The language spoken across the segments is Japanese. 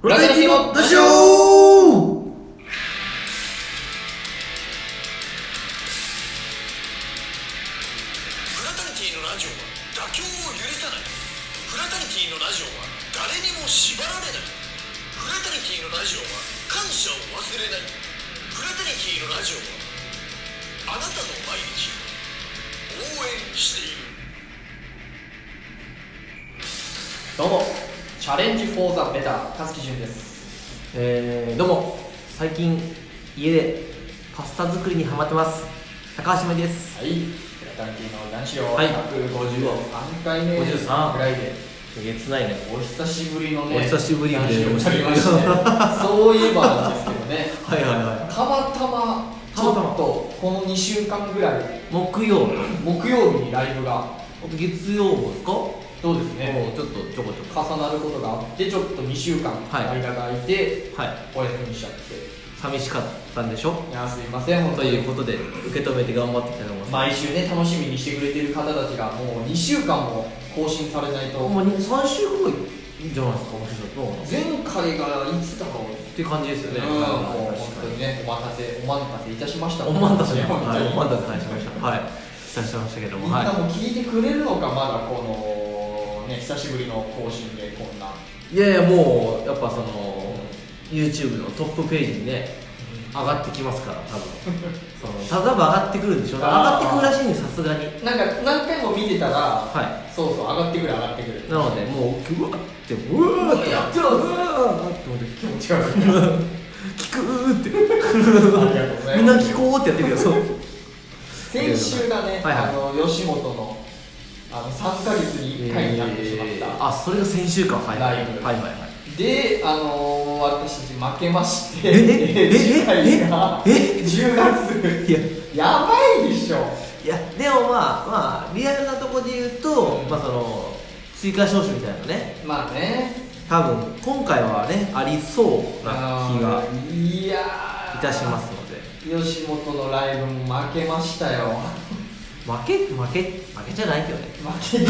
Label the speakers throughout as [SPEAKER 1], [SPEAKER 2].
[SPEAKER 1] フライディのラジオ
[SPEAKER 2] フラタニティのラジオは妥協を許さないフラタニティのラジオは誰にも縛られないフラタニティのラジオは感謝を忘れないフラタニティのラジオはあなたの毎日を応援している
[SPEAKER 3] どうもチャレンジフォーザベター勝木潤です
[SPEAKER 4] えー、どうも最近家でパスタ作りにハマってます高橋真理です
[SPEAKER 3] はいフラタニティの男子を
[SPEAKER 4] はい
[SPEAKER 3] 153回目
[SPEAKER 4] 53
[SPEAKER 3] ぐらいで
[SPEAKER 4] えげつないね
[SPEAKER 3] お久しぶりのね
[SPEAKER 4] お久しぶりで
[SPEAKER 3] 男子をやりましてそういえばなんですけどね
[SPEAKER 4] はいはいは
[SPEAKER 3] たまたまち
[SPEAKER 4] たま
[SPEAKER 3] ょった
[SPEAKER 4] ま
[SPEAKER 3] とこの2週間ぐらい
[SPEAKER 4] い木曜と
[SPEAKER 3] 木曜日にライブが
[SPEAKER 4] あと月曜もですか
[SPEAKER 3] どうです
[SPEAKER 4] も
[SPEAKER 3] ね
[SPEAKER 4] うちょっとちょこちょ
[SPEAKER 3] 重なることがあってちょっと2週間
[SPEAKER 4] はい
[SPEAKER 3] 間が空いて
[SPEAKER 4] こはい
[SPEAKER 3] お休みしちゃって、
[SPEAKER 4] 寂しかったんでしょ
[SPEAKER 3] い、やすいません本当
[SPEAKER 4] と
[SPEAKER 3] に
[SPEAKER 4] いうことで受け止めて頑張っていきたいと思いま
[SPEAKER 3] 毎週ね楽しみにしてくれてる方たちがもう2週間も更新されな
[SPEAKER 4] す
[SPEAKER 3] いと
[SPEAKER 4] もう3週間ぐらいいいんじゃないですか面白いと
[SPEAKER 3] 前回がいつだろう
[SPEAKER 4] っていう感じですよね
[SPEAKER 3] うん
[SPEAKER 4] はい
[SPEAKER 3] もう本当にねお待たせお待たせいたしました
[SPEAKER 4] おまんたせね
[SPEAKER 3] 本当
[SPEAKER 4] はい
[SPEAKER 3] に
[SPEAKER 4] おまんたせはいしましたはい失礼しましたけど
[SPEAKER 3] み
[SPEAKER 4] も
[SPEAKER 3] ん
[SPEAKER 4] はい
[SPEAKER 3] なも聞いてくれるのかまだこのね久しぶりの更新でこんない
[SPEAKER 4] やいやもうやっぱその YouTube のトップページにね上がってきますから多分そ の多分上がってくるんでしょうね上
[SPEAKER 3] あ
[SPEAKER 4] が
[SPEAKER 3] ー
[SPEAKER 4] ってくるらしいんでさすがに
[SPEAKER 3] なんか何回も見てたら、
[SPEAKER 4] は
[SPEAKER 3] そうそう上がってくる上がってくる
[SPEAKER 4] いなのでもううわってうわって
[SPEAKER 3] やって
[SPEAKER 4] う
[SPEAKER 3] る
[SPEAKER 4] わーって思って
[SPEAKER 3] 気 持ち悪いあ
[SPEAKER 4] 聞くーって
[SPEAKER 3] りがとうございます
[SPEAKER 4] みんな聞こうってやってるけどそう
[SPEAKER 3] 先週が
[SPEAKER 4] は
[SPEAKER 3] ね、
[SPEAKER 4] いはい
[SPEAKER 3] あの吉本のあの3か月に1回になってしまった、
[SPEAKER 4] えーあそれが先週間はいはい
[SPEAKER 3] ライブ
[SPEAKER 4] はいはいはい
[SPEAKER 3] で、あのー、私たち負けまして、
[SPEAKER 4] ええええ
[SPEAKER 3] 次回が
[SPEAKER 4] ええ
[SPEAKER 3] 10月、
[SPEAKER 4] いや
[SPEAKER 3] やばいでしょ、
[SPEAKER 4] いやでもまあまあリアルなとこで言うと、
[SPEAKER 3] うん
[SPEAKER 4] まあその追加招集みたいなのね
[SPEAKER 3] まあね、
[SPEAKER 4] 多分今回はねありそうな気が
[SPEAKER 3] あのいや
[SPEAKER 4] い
[SPEAKER 3] ー
[SPEAKER 4] たしますので
[SPEAKER 3] 吉本のライブも負けましたよ、
[SPEAKER 4] 負け負け負けじゃないけどね
[SPEAKER 3] 負けじゃ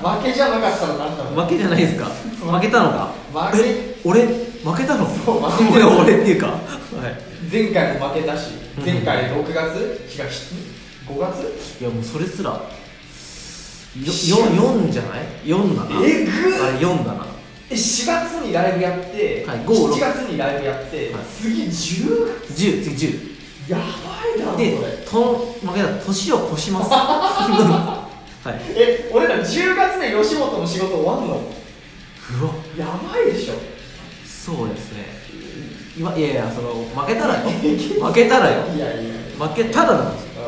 [SPEAKER 3] 負けじゃなかったのなんだろう、
[SPEAKER 4] 負けじゃないですか負けたのか
[SPEAKER 3] 負け
[SPEAKER 4] え俺負けたの
[SPEAKER 3] そう負けた
[SPEAKER 4] いや 俺っていうかはい
[SPEAKER 3] 前回も負けたし、
[SPEAKER 4] うん
[SPEAKER 3] 前回6月、違う、5月
[SPEAKER 4] いやもうそれすらよ
[SPEAKER 3] し
[SPEAKER 4] よ4じゃない ?4 だな
[SPEAKER 3] えぐっ
[SPEAKER 4] あれ4だな
[SPEAKER 3] え4月にライブやって、
[SPEAKER 4] はい5
[SPEAKER 3] 7
[SPEAKER 4] 6
[SPEAKER 3] 月にライブやって、
[SPEAKER 4] はい
[SPEAKER 3] 次10月
[SPEAKER 4] 10次10
[SPEAKER 3] やばいだろ
[SPEAKER 4] で
[SPEAKER 3] それ
[SPEAKER 4] と負けたら年を越し ますはい
[SPEAKER 3] え俺ら10月で吉本の仕事終わんの
[SPEAKER 4] うわ
[SPEAKER 3] やばいでしょ
[SPEAKER 4] そうですね今いやいやその負けたらよ負けたらよ
[SPEAKER 3] いやいや
[SPEAKER 4] 負けたらなんですよ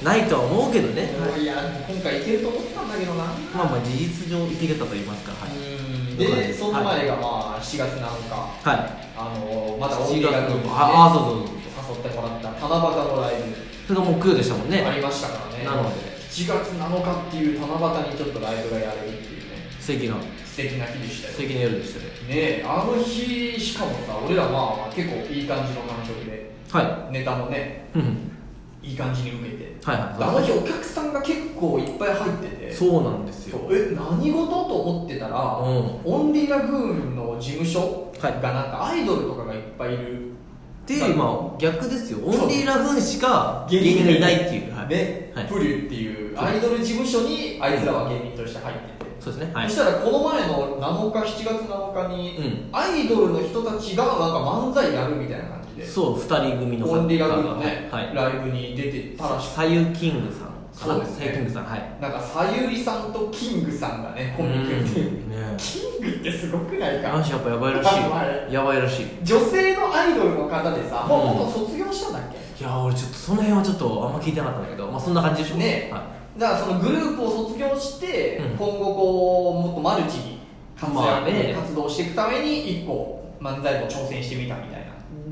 [SPEAKER 3] う
[SPEAKER 4] ないとは思うけどね、
[SPEAKER 3] んいや今回いけると思ったんだけどな
[SPEAKER 4] まあまあ事実上いけたと言いますかは
[SPEAKER 3] うん
[SPEAKER 4] い
[SPEAKER 3] でその前がまあ7月7日
[SPEAKER 4] はい、はい、
[SPEAKER 3] あのまだ
[SPEAKER 4] 7
[SPEAKER 3] 大木
[SPEAKER 4] 月
[SPEAKER 3] が
[SPEAKER 4] の
[SPEAKER 3] 君にね
[SPEAKER 4] ああそうそうそう
[SPEAKER 3] 誘ってもらった七夕のライ
[SPEAKER 4] それが木曜でしたもん
[SPEAKER 3] ブ
[SPEAKER 4] ね、
[SPEAKER 3] ありましたからね
[SPEAKER 4] なので
[SPEAKER 3] 7月7日っていう七夕にちょっとライブがやれるっていうね
[SPEAKER 4] 素敵な
[SPEAKER 3] 素敵な日でしたよ
[SPEAKER 4] 素敵な夜でしたね
[SPEAKER 3] ねえあの日しかもさ俺らまあ結構いい感じの感触で
[SPEAKER 4] は
[SPEAKER 3] ネタもね
[SPEAKER 4] い、うん、
[SPEAKER 3] いい感じに受けて
[SPEAKER 4] はい
[SPEAKER 3] あ
[SPEAKER 4] は
[SPEAKER 3] の日お客さんが結構いっぱい入ってて
[SPEAKER 4] いそうなんですよ
[SPEAKER 3] そうえ何事と思ってたら、
[SPEAKER 4] ん
[SPEAKER 3] オンリーラグーンの事務所が
[SPEAKER 4] はい
[SPEAKER 3] なんかアイドルとかがいっぱいいる、
[SPEAKER 4] でまあ逆ですよオンリーラグーンしか芸人がいないっていう、はい、
[SPEAKER 3] ね、
[SPEAKER 4] はい
[SPEAKER 3] プリュっていうアイドル事務所にあいつらは芸人として入ってて、
[SPEAKER 4] そうですねはい
[SPEAKER 3] そしたらこの前の7日7月7日に、
[SPEAKER 4] うん
[SPEAKER 3] アイドルの人たちがなんか漫才やるみたいな感じで
[SPEAKER 4] そう二人組の
[SPEAKER 3] オンリーラグーンのね、
[SPEAKER 4] はいはい
[SPEAKER 3] ライブに出てたらし
[SPEAKER 4] さゆキングさんかな
[SPEAKER 3] そうですね
[SPEAKER 4] さゆキングさんはい
[SPEAKER 3] いなんかさゆりさんとキングさんがねコンビ組んでる
[SPEAKER 4] うんね
[SPEAKER 3] キングってすごくないか
[SPEAKER 4] 男子やっぱやばいらしい
[SPEAKER 3] やば
[SPEAKER 4] よやばいらしい
[SPEAKER 3] 女性のアイドルの方でさ、
[SPEAKER 4] うん
[SPEAKER 3] もうもう卒業したんだっ
[SPEAKER 4] い
[SPEAKER 3] け
[SPEAKER 4] やー俺ちょっとその辺はちょっとあんま聞いてなかったんだけどまあそんな感じでしょ
[SPEAKER 3] ね
[SPEAKER 4] は
[SPEAKER 3] だからそのグループを卒業して、
[SPEAKER 4] うん
[SPEAKER 3] 今後こうもっとマルチに活躍、
[SPEAKER 4] まあね、
[SPEAKER 3] 活動していくために一個漫才も挑戦してみたみたいない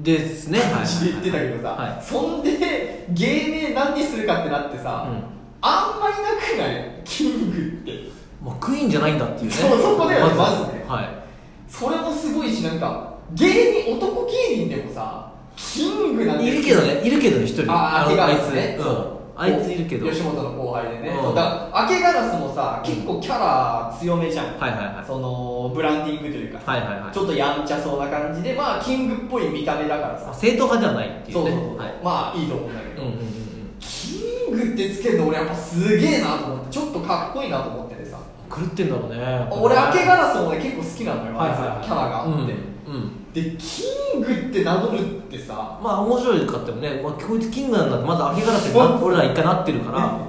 [SPEAKER 4] ですねはい
[SPEAKER 3] 感じで言ってたけどさ、
[SPEAKER 4] は
[SPEAKER 3] そんで芸名何にするかってなってさ、
[SPEAKER 4] うん
[SPEAKER 3] あんまりなくないキングって
[SPEAKER 4] い、まあ、クイーンじゃないんだっていうね
[SPEAKER 3] そうそこだよねまずね
[SPEAKER 4] は
[SPEAKER 3] それもすごいしなんか芸人男芸人でもさキングなん
[SPEAKER 4] い
[SPEAKER 3] て
[SPEAKER 4] いるけどねいるけどね一人
[SPEAKER 3] あー
[SPEAKER 4] の
[SPEAKER 3] 手が
[SPEAKER 4] あ
[SPEAKER 3] あ
[SPEAKER 4] い
[SPEAKER 3] る
[SPEAKER 4] つ
[SPEAKER 3] ね
[SPEAKER 4] うんあいついるけど
[SPEAKER 3] 吉本の後輩でね、
[SPEAKER 4] うん
[SPEAKER 3] そうだから明けガラスもさ結構キャラ強めじゃん、
[SPEAKER 4] はいはいはい
[SPEAKER 3] そのブランディングというか、
[SPEAKER 4] はいはいはい
[SPEAKER 3] ちょっとやんちゃそうな感じでまあキングっぽい見た目だからさ、
[SPEAKER 4] 正統派ではないってい
[SPEAKER 3] そうう
[SPEAKER 4] ね
[SPEAKER 3] そうそう、
[SPEAKER 4] はい
[SPEAKER 3] まあいいと思うんだけ
[SPEAKER 4] う
[SPEAKER 3] ど、
[SPEAKER 4] んうんうん
[SPEAKER 3] キングってつけるの俺やっぱすげえなと思ってちょっとかっこいいなと思っててさ
[SPEAKER 4] うん狂ってんだろうね
[SPEAKER 3] 俺明け
[SPEAKER 4] が
[SPEAKER 3] ガラスもね結構好きなのよ、
[SPEAKER 4] はいはいはい
[SPEAKER 3] キャラがあって、
[SPEAKER 4] うんうん
[SPEAKER 3] でキングって名乗るってさ
[SPEAKER 4] まあ面白いかってもね、まあ、こいつキングなんだってまず明けガラスにな俺ら一回なってるから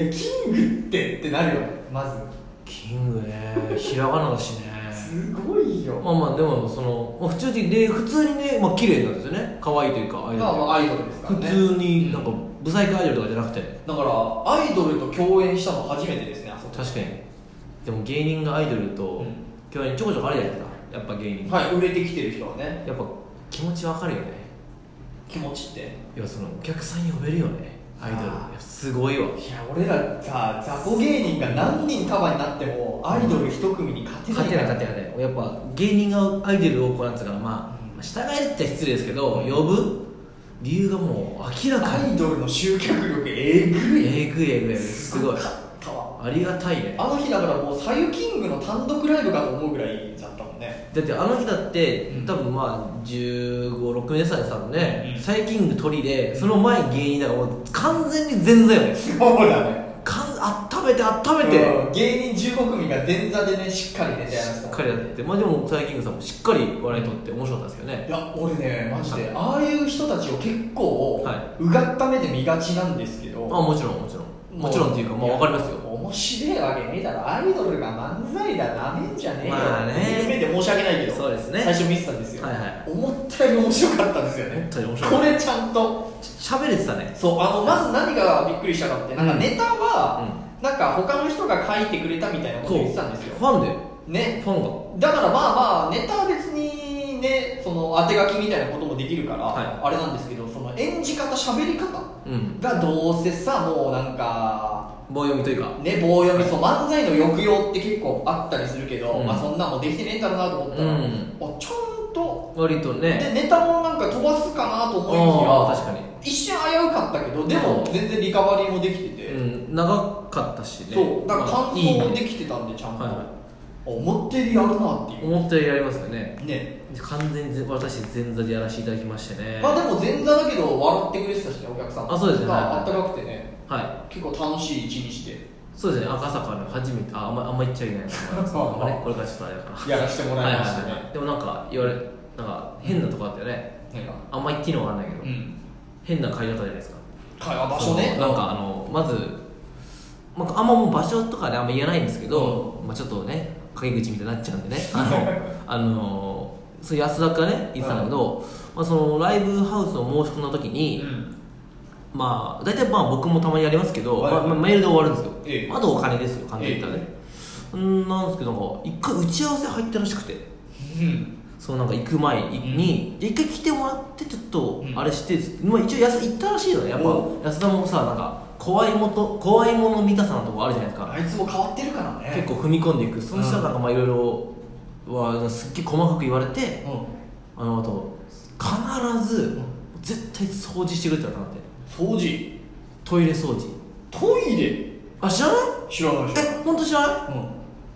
[SPEAKER 3] いやキングってってなるよねまず
[SPEAKER 4] キングねひらがなだしね
[SPEAKER 3] すごいよ
[SPEAKER 4] まあまあでもその、まあ、普通にね普通にねまあ綺麗なんですよね可愛いというかアイド
[SPEAKER 3] まあまあアイドルですから
[SPEAKER 4] ル
[SPEAKER 3] ね
[SPEAKER 4] 普通になんかブサイクアイドルとかじゃなくて
[SPEAKER 3] だからアイドルと共演したの初めてですねあそこ
[SPEAKER 4] 確かにでも芸人がアイドルと
[SPEAKER 3] うん
[SPEAKER 4] 共演ちょこちょこあるじゃないですかやっぱ芸人、
[SPEAKER 3] はい売れてきてる人はね
[SPEAKER 4] やっぱ気持ちわかるよね
[SPEAKER 3] 気持ちってい
[SPEAKER 4] いやそのお客さん呼べるよねアイドルい
[SPEAKER 3] あー
[SPEAKER 4] やすごいわ
[SPEAKER 3] や俺らさ雑魚芸人が何人束になってもアイドル一組に勝てない
[SPEAKER 4] 勝てない勝てないやっぱ芸人がアイドルをこうなんつうかなま
[SPEAKER 3] う
[SPEAKER 4] あ従えるって失礼ですけど呼ぶ理由がもう明らか
[SPEAKER 3] ア
[SPEAKER 4] に
[SPEAKER 3] イドルの集客力えぐい
[SPEAKER 4] えぐいえぐいすごい
[SPEAKER 3] かったわ
[SPEAKER 4] ありがたいね
[SPEAKER 3] あの日だからもう「左右キング」の単独ライブかと思うぐらいだったもんね
[SPEAKER 4] だってあの日だって
[SPEAKER 3] うん
[SPEAKER 4] 多分まあ1 5 6年差でしたもんね
[SPEAKER 3] うん
[SPEAKER 4] 最近鳥でその前芸人だからもう完全に前座よね
[SPEAKER 3] そうだね
[SPEAKER 4] かん温めて温めて
[SPEAKER 3] うん芸人15組が前座でねしっかりネタやらせ
[SPEAKER 4] し
[SPEAKER 3] た
[SPEAKER 4] っかりやってまあでも最近さんもしっかり笑い取って面白かったですけどね
[SPEAKER 3] いや俺ねマジでああいう人たちを結構、
[SPEAKER 4] は
[SPEAKER 3] うがった目で見がちなんですけど
[SPEAKER 4] あもちろんもちろんもちろんっていうかまあわかりますよ
[SPEAKER 3] 面白いわけねえだろアイドルが漫才だなめんじゃねえよ、
[SPEAKER 4] まあね
[SPEAKER 3] っていう目で申し訳ないけど
[SPEAKER 4] そうですね
[SPEAKER 3] 最初見てたんですよ、
[SPEAKER 4] はいはい
[SPEAKER 3] 思ったより面白かったんですよね
[SPEAKER 4] 思ったより面白かっ
[SPEAKER 3] こ
[SPEAKER 4] た
[SPEAKER 3] れちゃんと
[SPEAKER 4] しゃべれてたね
[SPEAKER 3] そうあのまず何がびっくりしたかってなんかネタは、なんか他の人が書いてくれたみたいなこと
[SPEAKER 4] そう
[SPEAKER 3] 言ってたんですよ
[SPEAKER 4] ファンで
[SPEAKER 3] ね
[SPEAKER 4] ファンが
[SPEAKER 3] だからまあまあネタは別にねその当て書きみたいなこともできるから、
[SPEAKER 4] は
[SPEAKER 3] あれなんですけどその演じ方喋り方
[SPEAKER 4] うん
[SPEAKER 3] がどうせさもうなんか
[SPEAKER 4] 棒読みというか
[SPEAKER 3] ね棒読みそう漫才の抑揚って結構あったりするけど、
[SPEAKER 4] うん
[SPEAKER 3] まあそんなもんできてねえんだろうなと思ったら、
[SPEAKER 4] うん
[SPEAKER 3] あちゃんと
[SPEAKER 4] 割とね
[SPEAKER 3] でネタもなんか飛ばすかなと思
[SPEAKER 4] あ
[SPEAKER 3] い
[SPEAKER 4] あ
[SPEAKER 3] きや
[SPEAKER 4] 確かに
[SPEAKER 3] 一瞬危うかったけどでも
[SPEAKER 4] うん
[SPEAKER 3] 全然リカバリーもできてて、
[SPEAKER 4] うん長かったしね
[SPEAKER 3] そうだから
[SPEAKER 4] ま
[SPEAKER 3] 感
[SPEAKER 4] あいい
[SPEAKER 3] 想も
[SPEAKER 4] ね
[SPEAKER 3] できてたんでちゃんと、
[SPEAKER 4] はいはい
[SPEAKER 3] あ思ってるやるなっていう、
[SPEAKER 4] 思ったよりやりますよね
[SPEAKER 3] ね
[SPEAKER 4] 完全にぜ私前座でやらせていただきましてね
[SPEAKER 3] まあでも前座だけど笑ってくれてたしねお客さんも
[SPEAKER 4] あそうですねはい
[SPEAKER 3] あったかくてね
[SPEAKER 4] はい
[SPEAKER 3] 結構楽しい一日で
[SPEAKER 4] そうですね赤坂の初めてああんまあんま言っちゃいけないなと思います
[SPEAKER 3] まあまあ
[SPEAKER 4] あれこれからちょっとあれかな
[SPEAKER 3] やらせても
[SPEAKER 4] は
[SPEAKER 3] ら
[SPEAKER 4] い
[SPEAKER 3] い
[SPEAKER 4] は
[SPEAKER 3] ました
[SPEAKER 4] い
[SPEAKER 3] ね、
[SPEAKER 4] はいでもなんか言われなんか変なとこあったよね
[SPEAKER 3] なんか
[SPEAKER 4] あんま言っていいのわかんないけど
[SPEAKER 3] うん
[SPEAKER 4] 変な会だったじゃないですか
[SPEAKER 3] 会話場所ね
[SPEAKER 4] そうなんかあのまず、まあ、あんまもう場所とかであんま言えないんですけど、まあ、ちょっとね陰口みたいになっちゃうんでね あのあのそう安田がね言ってたんだけど、まあ、そのライブハウスを申し込んだ時に、
[SPEAKER 3] うん
[SPEAKER 4] まあ大体まあ僕もたまにやりますけど、
[SPEAKER 3] はい
[SPEAKER 4] まあまあメールで終わるんですよ、
[SPEAKER 3] ええ
[SPEAKER 4] あとお金ですよ簡単に言ったらね、うんなんですけどなんか一回打ち合わせ入ったらしくて
[SPEAKER 3] うん
[SPEAKER 4] そのなんか行く前に、一回来てもらってちょっと
[SPEAKER 3] うん
[SPEAKER 4] あれして、まあ、一応安行ったらしいよねやっ
[SPEAKER 3] お
[SPEAKER 4] ぱ安田もさなんか怖いもと怖いもの見たさなとこあるじゃないですか、
[SPEAKER 3] あいつも変わってるからね
[SPEAKER 4] 結構踏み込んでいくそしたらなんかまあいろいろはすっげえ細かく言われて
[SPEAKER 3] うん
[SPEAKER 4] あのあと必ず絶対掃除してくれたなって
[SPEAKER 3] 掃除
[SPEAKER 4] トイレ掃除
[SPEAKER 3] トイレ
[SPEAKER 4] あ知らない
[SPEAKER 3] 知らないでし
[SPEAKER 4] え本当知らない
[SPEAKER 3] ょうん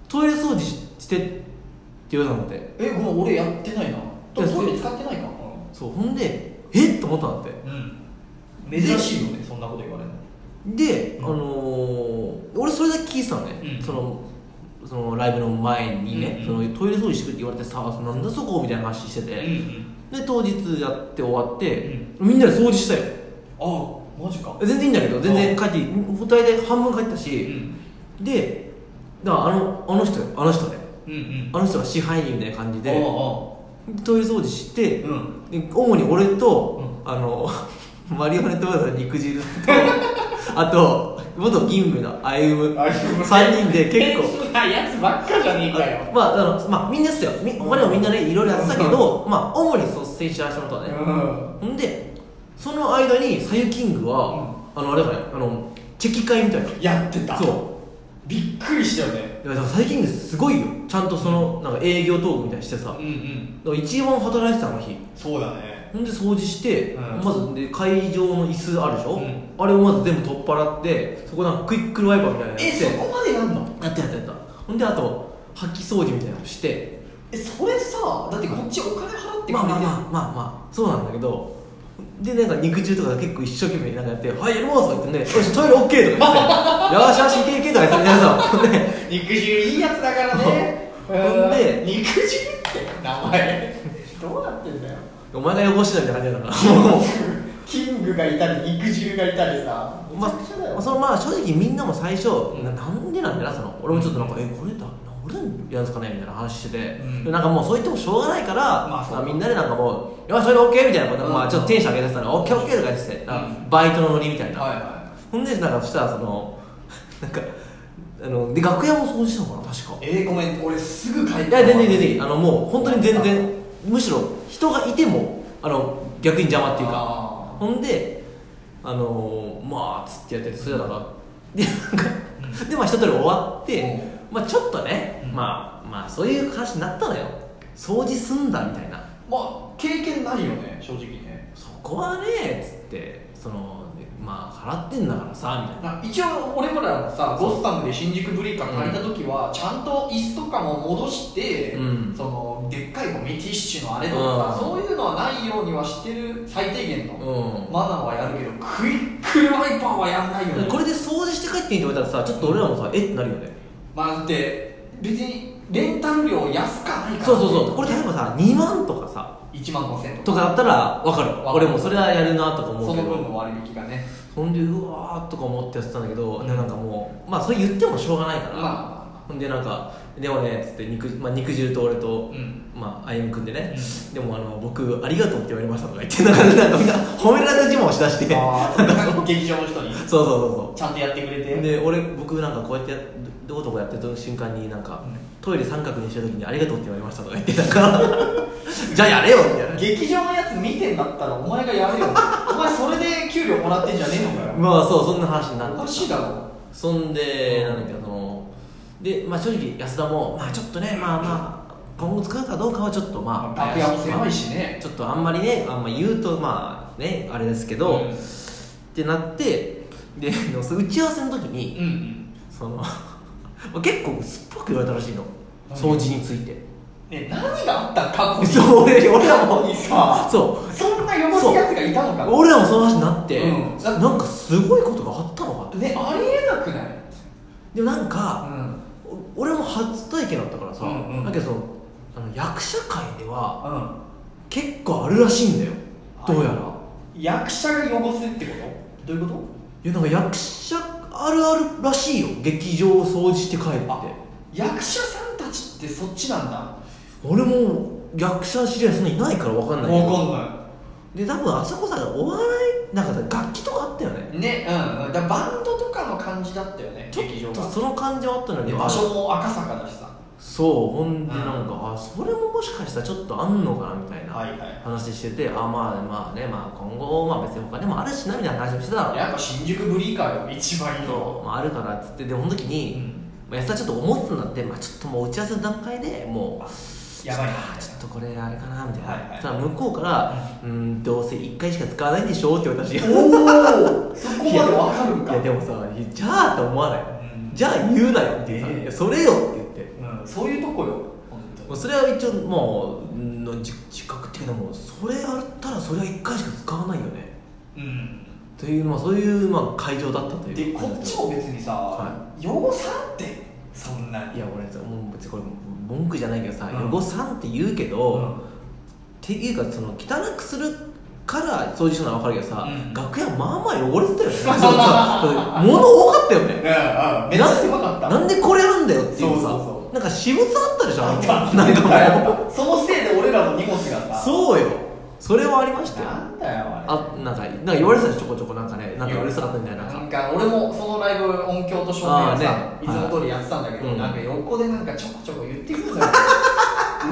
[SPEAKER 4] トイレ掃除ししてって言われたのって
[SPEAKER 3] えごめん俺やってないなト
[SPEAKER 4] やって
[SPEAKER 3] イレ使ってないか
[SPEAKER 4] そうほんでえっと思ったんだって
[SPEAKER 3] うん珍しいよねそんなこと言われるの
[SPEAKER 4] で、
[SPEAKER 3] うん
[SPEAKER 4] あのー俺それだけ聞いてたのね、
[SPEAKER 3] うん
[SPEAKER 4] そのそのライブの前にね、
[SPEAKER 3] うんうん
[SPEAKER 4] そのトイレ掃除してくれって言われてさなんだそこみたいな話してて、で当日やって終わって、みんなで掃除したよ
[SPEAKER 3] あマジか
[SPEAKER 4] 全然いいんだけど全然帰っていい大体半分帰った
[SPEAKER 3] う
[SPEAKER 4] し、
[SPEAKER 3] ん
[SPEAKER 4] でだからあのあの人よあの人ね
[SPEAKER 3] うんうん
[SPEAKER 4] あの人が支配人みたいな感じで
[SPEAKER 3] あ
[SPEAKER 4] トイレ掃除して、
[SPEAKER 3] あうん
[SPEAKER 4] で主に俺と、あの マリオネットバザーの肉汁と あと元銀務の歩む3人で結構
[SPEAKER 3] 構なやつばっかじゃねえかよ
[SPEAKER 4] まああの、まあ、みんなっすよみ他にもみんなねいろいろやってたけど、まあ、主に率先した人のとはね、
[SPEAKER 3] うん
[SPEAKER 4] ほんでその間に「さゆキングは」あのあれだねあのチェキ会みたいな
[SPEAKER 3] やってた
[SPEAKER 4] そう
[SPEAKER 3] びっくりしたよね
[SPEAKER 4] ういやだから最近すごいよちゃんとそのなんか営業トークみたいにしてさ、
[SPEAKER 3] うんうん
[SPEAKER 4] だから一番働いてたあの日
[SPEAKER 3] そうだね
[SPEAKER 4] ほんで掃除して、
[SPEAKER 3] うん
[SPEAKER 4] まずで会場の椅子あるでしょ、
[SPEAKER 3] うん
[SPEAKER 4] あれをまず全部取っ払ってそこなんかクイックルワイパーみたいなのや
[SPEAKER 3] え
[SPEAKER 4] っ
[SPEAKER 3] そ
[SPEAKER 4] て
[SPEAKER 3] こまでやんの
[SPEAKER 4] やったやったやったほんであと掃き掃除みたいなのをして
[SPEAKER 3] えそれさだってこっちお金払ってくれて
[SPEAKER 4] まあまあまあまあまあそうなんだけどでなんか肉汁とか結構一生懸命なんかやって「はいやります」とか言ってね「よしトイレ OK」とか言って「よし よしいけいけ」とか言ってみたいなさほんで
[SPEAKER 3] 肉汁いいやつだからね
[SPEAKER 4] ほんで
[SPEAKER 3] うん肉汁って名 前どうなってんだよ
[SPEAKER 4] お前が汚してたみたいな感じだからもう
[SPEAKER 3] キングがいたり肉汁がいたりさ
[SPEAKER 4] ま
[SPEAKER 3] めちゃくちゃだよ
[SPEAKER 4] あ、そのまあ正直みんなも最初、ななんでなんだよなその俺もちょっとなんか「えこれだ俺やるんですかね?」みたいな話してて、
[SPEAKER 3] うん
[SPEAKER 4] でなんかもうそう言ってもしょうがないから、
[SPEAKER 3] まあそう
[SPEAKER 4] まあみんなでなんかもう「よしそれで OK」みたいなこと、
[SPEAKER 3] うん
[SPEAKER 4] まあ、ちょっとテンション上げてたら「OKOK」とか言ってて、
[SPEAKER 3] ん
[SPEAKER 4] バイトのノリみたいな、
[SPEAKER 3] はいは
[SPEAKER 4] ほんでなんかそしたらその なんかあので楽屋も掃除したのかな確か
[SPEAKER 3] いえー、ごめん俺すぐ帰った
[SPEAKER 4] いや全然全然あのもう本当に全然むしろ人がいてもあの逆に邪魔っていうか
[SPEAKER 3] あ
[SPEAKER 4] ほんであのーまあつってやっててそれだからでなんかでまあ一通り終わって、まあちょっとね、
[SPEAKER 3] うん
[SPEAKER 4] まあまあそういう話になったのよ掃除すんだみたいな
[SPEAKER 3] まあ経験ないよね正直ね
[SPEAKER 4] そこはねつってそのまあ払ってんだからさみたいな
[SPEAKER 3] な一応俺らもさゴッサムで新宿ブレイカー借りた時は、ちゃんと椅子とかも戻して、
[SPEAKER 4] うん
[SPEAKER 3] そのでっかいゴミティッシュのあれとか、
[SPEAKER 4] うん
[SPEAKER 3] そういうのはないようにはしてる最低限の、
[SPEAKER 4] うん
[SPEAKER 3] マナーはやるけどクイックルワイパーはやんないよね
[SPEAKER 4] これで掃除して帰っていいって言われたらさちょっと俺らもさ、えってなるよね
[SPEAKER 3] まあだって別にレンタル料安かないから
[SPEAKER 4] そうそうそうこれ例えばさ2万とかさ
[SPEAKER 3] 1万5000円
[SPEAKER 4] と
[SPEAKER 3] とか
[SPEAKER 4] かだったら分かる
[SPEAKER 3] かる
[SPEAKER 4] 俺もそれはやるなとか思
[SPEAKER 3] そう
[SPEAKER 4] け
[SPEAKER 3] の
[SPEAKER 4] ど
[SPEAKER 3] 分の割引がね
[SPEAKER 4] ほんでうわーっとか思ってやってたんだけど、
[SPEAKER 3] うん
[SPEAKER 4] でなんかもうまあそれ言ってもしょうがないから、
[SPEAKER 3] ま
[SPEAKER 4] ほんでなんか「でもね」っつって肉,、まあ、肉汁と俺
[SPEAKER 3] あ
[SPEAKER 4] と、
[SPEAKER 3] ん
[SPEAKER 4] まあ歩くんでね、
[SPEAKER 3] う
[SPEAKER 4] でもあの僕「ありがとう」って言われましたとか言ってなんかなんかみんな 褒められた自慢をしだして そう
[SPEAKER 3] ああ劇場の人に
[SPEAKER 4] そうそうそう
[SPEAKER 3] ちゃんとやってくれて
[SPEAKER 4] で俺僕なんかこうやってやどこどこやってる瞬間になんか、
[SPEAKER 3] うん
[SPEAKER 4] トイレ三角にした時に「ありがとう」って言われましたとか言ってなんか じゃあやれよみたいな
[SPEAKER 3] 劇場のやつ見てんだったらお前がやるよ お前それで給料もらってんじゃねえのかよ
[SPEAKER 4] まあそうそんな話になって
[SPEAKER 3] おかしいだろ
[SPEAKER 4] そんで、
[SPEAKER 3] う
[SPEAKER 4] な
[SPEAKER 3] ん
[SPEAKER 4] んだっけあので、まあ、正直安田もまあちょっとねまあまあ今後使うかどうかはちょっとまあ
[SPEAKER 3] 楽屋も狭いしね
[SPEAKER 4] ちょっとあんまりねあんま言うとまあねあれですけど、
[SPEAKER 3] うん
[SPEAKER 4] ってなってであのその打ち合わせの時に、
[SPEAKER 3] ん
[SPEAKER 4] その 結構すっぽく言われたらしいの
[SPEAKER 3] 何
[SPEAKER 4] 掃除について
[SPEAKER 3] ね何があった過去に
[SPEAKER 4] そう俺俺らも
[SPEAKER 3] 過去にさ
[SPEAKER 4] そう
[SPEAKER 3] そんな汚すやつがいたのか
[SPEAKER 4] 俺らもその話になって、
[SPEAKER 3] うん
[SPEAKER 4] なんかすごいことがあったのかって
[SPEAKER 3] ねありえなくない
[SPEAKER 4] でもなんか、
[SPEAKER 3] ん
[SPEAKER 4] お俺も初体験だったからさ、
[SPEAKER 3] うんうん
[SPEAKER 4] だけどそのあの役者界では
[SPEAKER 3] うん
[SPEAKER 4] 結構あるらしいんだよどうやら
[SPEAKER 3] 役者が汚すってことどういうこ
[SPEAKER 4] いやなんか役者あるあるらしいよ劇場を掃除して帰るって
[SPEAKER 3] あ役者さんたちってそっちなんだ
[SPEAKER 4] 俺も役者知り合いそんないないから分かんないけど
[SPEAKER 3] わか
[SPEAKER 4] で多分あそこさお笑いなんかさ楽器とかあったよね
[SPEAKER 3] んないねうんうんだからバンドとかの感じだったよね劇場
[SPEAKER 4] ちょっと
[SPEAKER 3] が
[SPEAKER 4] その感じはあったの
[SPEAKER 3] で
[SPEAKER 4] に
[SPEAKER 3] 場所も赤坂だしさ
[SPEAKER 4] そうほんでなんか、あそれももしかしたらちょっとあんのかなみたいな、
[SPEAKER 3] はいはい
[SPEAKER 4] 話しててあまあまあねまあ今後まあ別に他でもあるしなみたいな話をしてたの
[SPEAKER 3] やっぱ新宿ブリーカーよ一番いいの
[SPEAKER 4] まあ、あるからっつってでその時
[SPEAKER 3] う
[SPEAKER 4] に、
[SPEAKER 3] ん
[SPEAKER 4] まあ安田ちょっと思ってたんだって、まあ、ちょっともう打ち合わせの段階でもう
[SPEAKER 3] やばいな
[SPEAKER 4] あーちょっとこれあれかなみたいな、
[SPEAKER 3] はいはい
[SPEAKER 4] ただ向こうから「うんどうせ1回しか使わないんでしょ」って言われたし
[SPEAKER 3] おおーそこまでわかる
[SPEAKER 4] い
[SPEAKER 3] んか
[SPEAKER 4] やでもさ「じゃあ」と思わない、
[SPEAKER 3] うん
[SPEAKER 4] じゃあ言うなよっていうさ、
[SPEAKER 3] ええ
[SPEAKER 4] いやそれよって言って
[SPEAKER 3] うんそういうとこよ本当
[SPEAKER 4] もうそれは一応もううんの自自覚っていうのもそれやったらそれは1回しか使わないよね
[SPEAKER 3] うん
[SPEAKER 4] という、まあ、そういう、まあ、会場だったという
[SPEAKER 3] でこっちも別にさ、
[SPEAKER 4] は
[SPEAKER 3] 汚さんってそんない
[SPEAKER 4] や俺さもう別にこれ文句じゃないけどさ、
[SPEAKER 3] うん
[SPEAKER 4] 汚さんって言うけど、っていうかその汚くするから掃除するのは分かるけどさ、
[SPEAKER 3] うん
[SPEAKER 4] 楽屋まあまあ汚れてたよねそうそう物多かったよね
[SPEAKER 3] うんうんめっちゃ狭かった
[SPEAKER 4] なんでこれやるんだよっていうさ
[SPEAKER 3] そうそうそ
[SPEAKER 4] なんか私物あったでしょあの
[SPEAKER 3] なん
[SPEAKER 4] なんか も
[SPEAKER 3] だよそのせいで俺らの荷物が
[SPEAKER 4] う
[SPEAKER 3] さ
[SPEAKER 4] そうよそれはありましたよ
[SPEAKER 3] なんだよあ
[SPEAKER 4] あなんかなんか言われてたでしょちょこちょこなんかねなんかうるさかったみたい
[SPEAKER 3] れ
[SPEAKER 4] ななん
[SPEAKER 3] な
[SPEAKER 4] か
[SPEAKER 3] んか俺もそのライブ音響と照明をさ
[SPEAKER 4] あ、ーね
[SPEAKER 3] いつも通りやってたんだけど、
[SPEAKER 4] はい
[SPEAKER 3] なんか横でなんかちょこちょこ言ってくるんだよ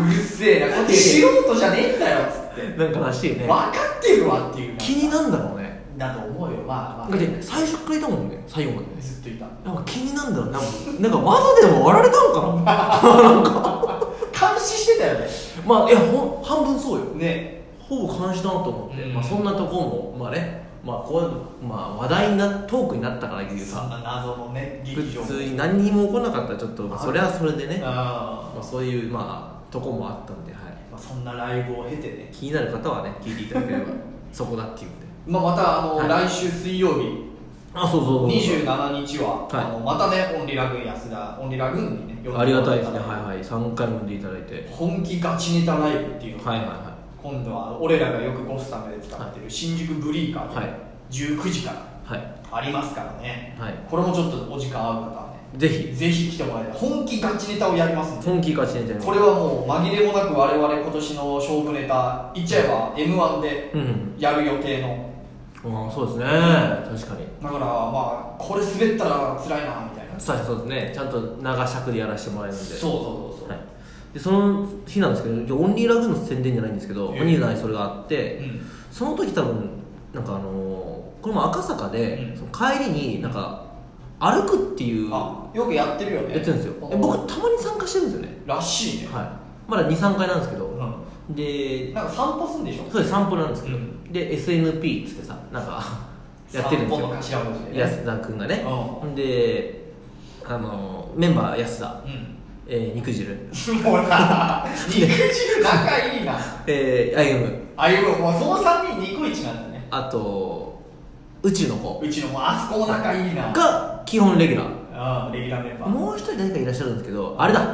[SPEAKER 3] うるせえなこっち素人じゃねえんだよっつって
[SPEAKER 4] なんからしいね
[SPEAKER 3] 分かってるわっていう
[SPEAKER 4] 気になんだろうね
[SPEAKER 3] だと思うよまあま
[SPEAKER 4] な
[SPEAKER 3] あ
[SPEAKER 4] んかで最初からいたもんね最後までね
[SPEAKER 3] ずっといた
[SPEAKER 4] なんか気になんだろうなんかなんか窓でも割られたのかななんか
[SPEAKER 3] 監視してたよね
[SPEAKER 4] まあいやほん半分そうよ
[SPEAKER 3] ね
[SPEAKER 4] ほぼ感じたなと思って、
[SPEAKER 3] うん
[SPEAKER 4] まあ、そんなとこもまあね、まあ、こういうまあ話題になトークになったから言う
[SPEAKER 5] そん
[SPEAKER 4] さ
[SPEAKER 5] な謎のね劇場
[SPEAKER 4] 普通に何にも起こらなかったらちょっとまあそれはそれでね
[SPEAKER 5] あ
[SPEAKER 4] まあ、そういうまあとこもあったんで、はい、
[SPEAKER 5] ーまあそんなライブを経てね
[SPEAKER 4] 気になる方はね聞いていただけれ ばそこだっていうんで
[SPEAKER 3] まあ、またあの、
[SPEAKER 4] はい
[SPEAKER 3] 来週水曜日
[SPEAKER 4] あそうそうそう
[SPEAKER 3] 27日は、
[SPEAKER 4] はい
[SPEAKER 3] あのまたねオンリラグーン安田オンリラグーンにね呼んでもらった
[SPEAKER 4] ありがたいですねはいはい3回も出ていただいて
[SPEAKER 3] 本気ガチネタライブっていうのを
[SPEAKER 4] はいはいは
[SPEAKER 3] 今度は俺らがよくゴスタムで使ってる新宿ブリーカーで、
[SPEAKER 4] はい
[SPEAKER 3] 19時から
[SPEAKER 4] いはい
[SPEAKER 3] ありますからね、
[SPEAKER 4] はい
[SPEAKER 3] これもちょっとお時間合う方はね
[SPEAKER 4] ぜひ
[SPEAKER 3] ぜひ来てもらいたい本気ガチネタをやりますんで
[SPEAKER 4] 本気勝ちネタに
[SPEAKER 3] これはもう紛れもなく我々今年の勝負ネタ言っちゃえば m 1で
[SPEAKER 4] うん
[SPEAKER 3] やる予定の
[SPEAKER 4] うんあそうですね確かに
[SPEAKER 3] だからまあこれ滑ったら辛いなみたいな
[SPEAKER 4] さあそうですねちゃんと長尺でやらせてもらえるんで
[SPEAKER 3] そうそうそうそう、
[SPEAKER 4] はい、でその日なんですけどじゃあオンリーラグーンの宣伝じゃないんですけど、
[SPEAKER 3] ええ
[SPEAKER 4] オンリーラグーンにそれがあって、
[SPEAKER 3] うん
[SPEAKER 4] その時多分なんかあのーこれも赤坂で、
[SPEAKER 3] うん
[SPEAKER 4] その帰りになんか歩くっていうや
[SPEAKER 3] あよくやってるよね
[SPEAKER 4] ってるんですよで
[SPEAKER 3] あ
[SPEAKER 4] 僕たまに参加してるんですよね
[SPEAKER 3] らしいね、
[SPEAKER 4] はいまだ23回なんですけど、で
[SPEAKER 3] なんか散歩すんでしょ
[SPEAKER 4] そうです散歩なんですけど、
[SPEAKER 3] うん
[SPEAKER 4] で SNP っつってさなん かやってるんです
[SPEAKER 3] 散歩
[SPEAKER 4] よ
[SPEAKER 3] の頭文字でね
[SPEAKER 4] 安田君がね、
[SPEAKER 3] う
[SPEAKER 4] であのーメンバー安田、
[SPEAKER 3] う
[SPEAKER 4] えー肉汁
[SPEAKER 3] んもうな肉汁仲いいな
[SPEAKER 4] えー、アイム
[SPEAKER 3] あいうもう
[SPEAKER 5] そ
[SPEAKER 3] そ
[SPEAKER 5] の
[SPEAKER 3] の
[SPEAKER 5] 3人ニコイチなんだね
[SPEAKER 4] あと宇宙の子
[SPEAKER 3] うちのもうあそこも仲いいな
[SPEAKER 4] が基本レギュラー
[SPEAKER 5] あーレギュラーメンバー
[SPEAKER 4] もう一人誰かいらっしゃるんですけどあれだ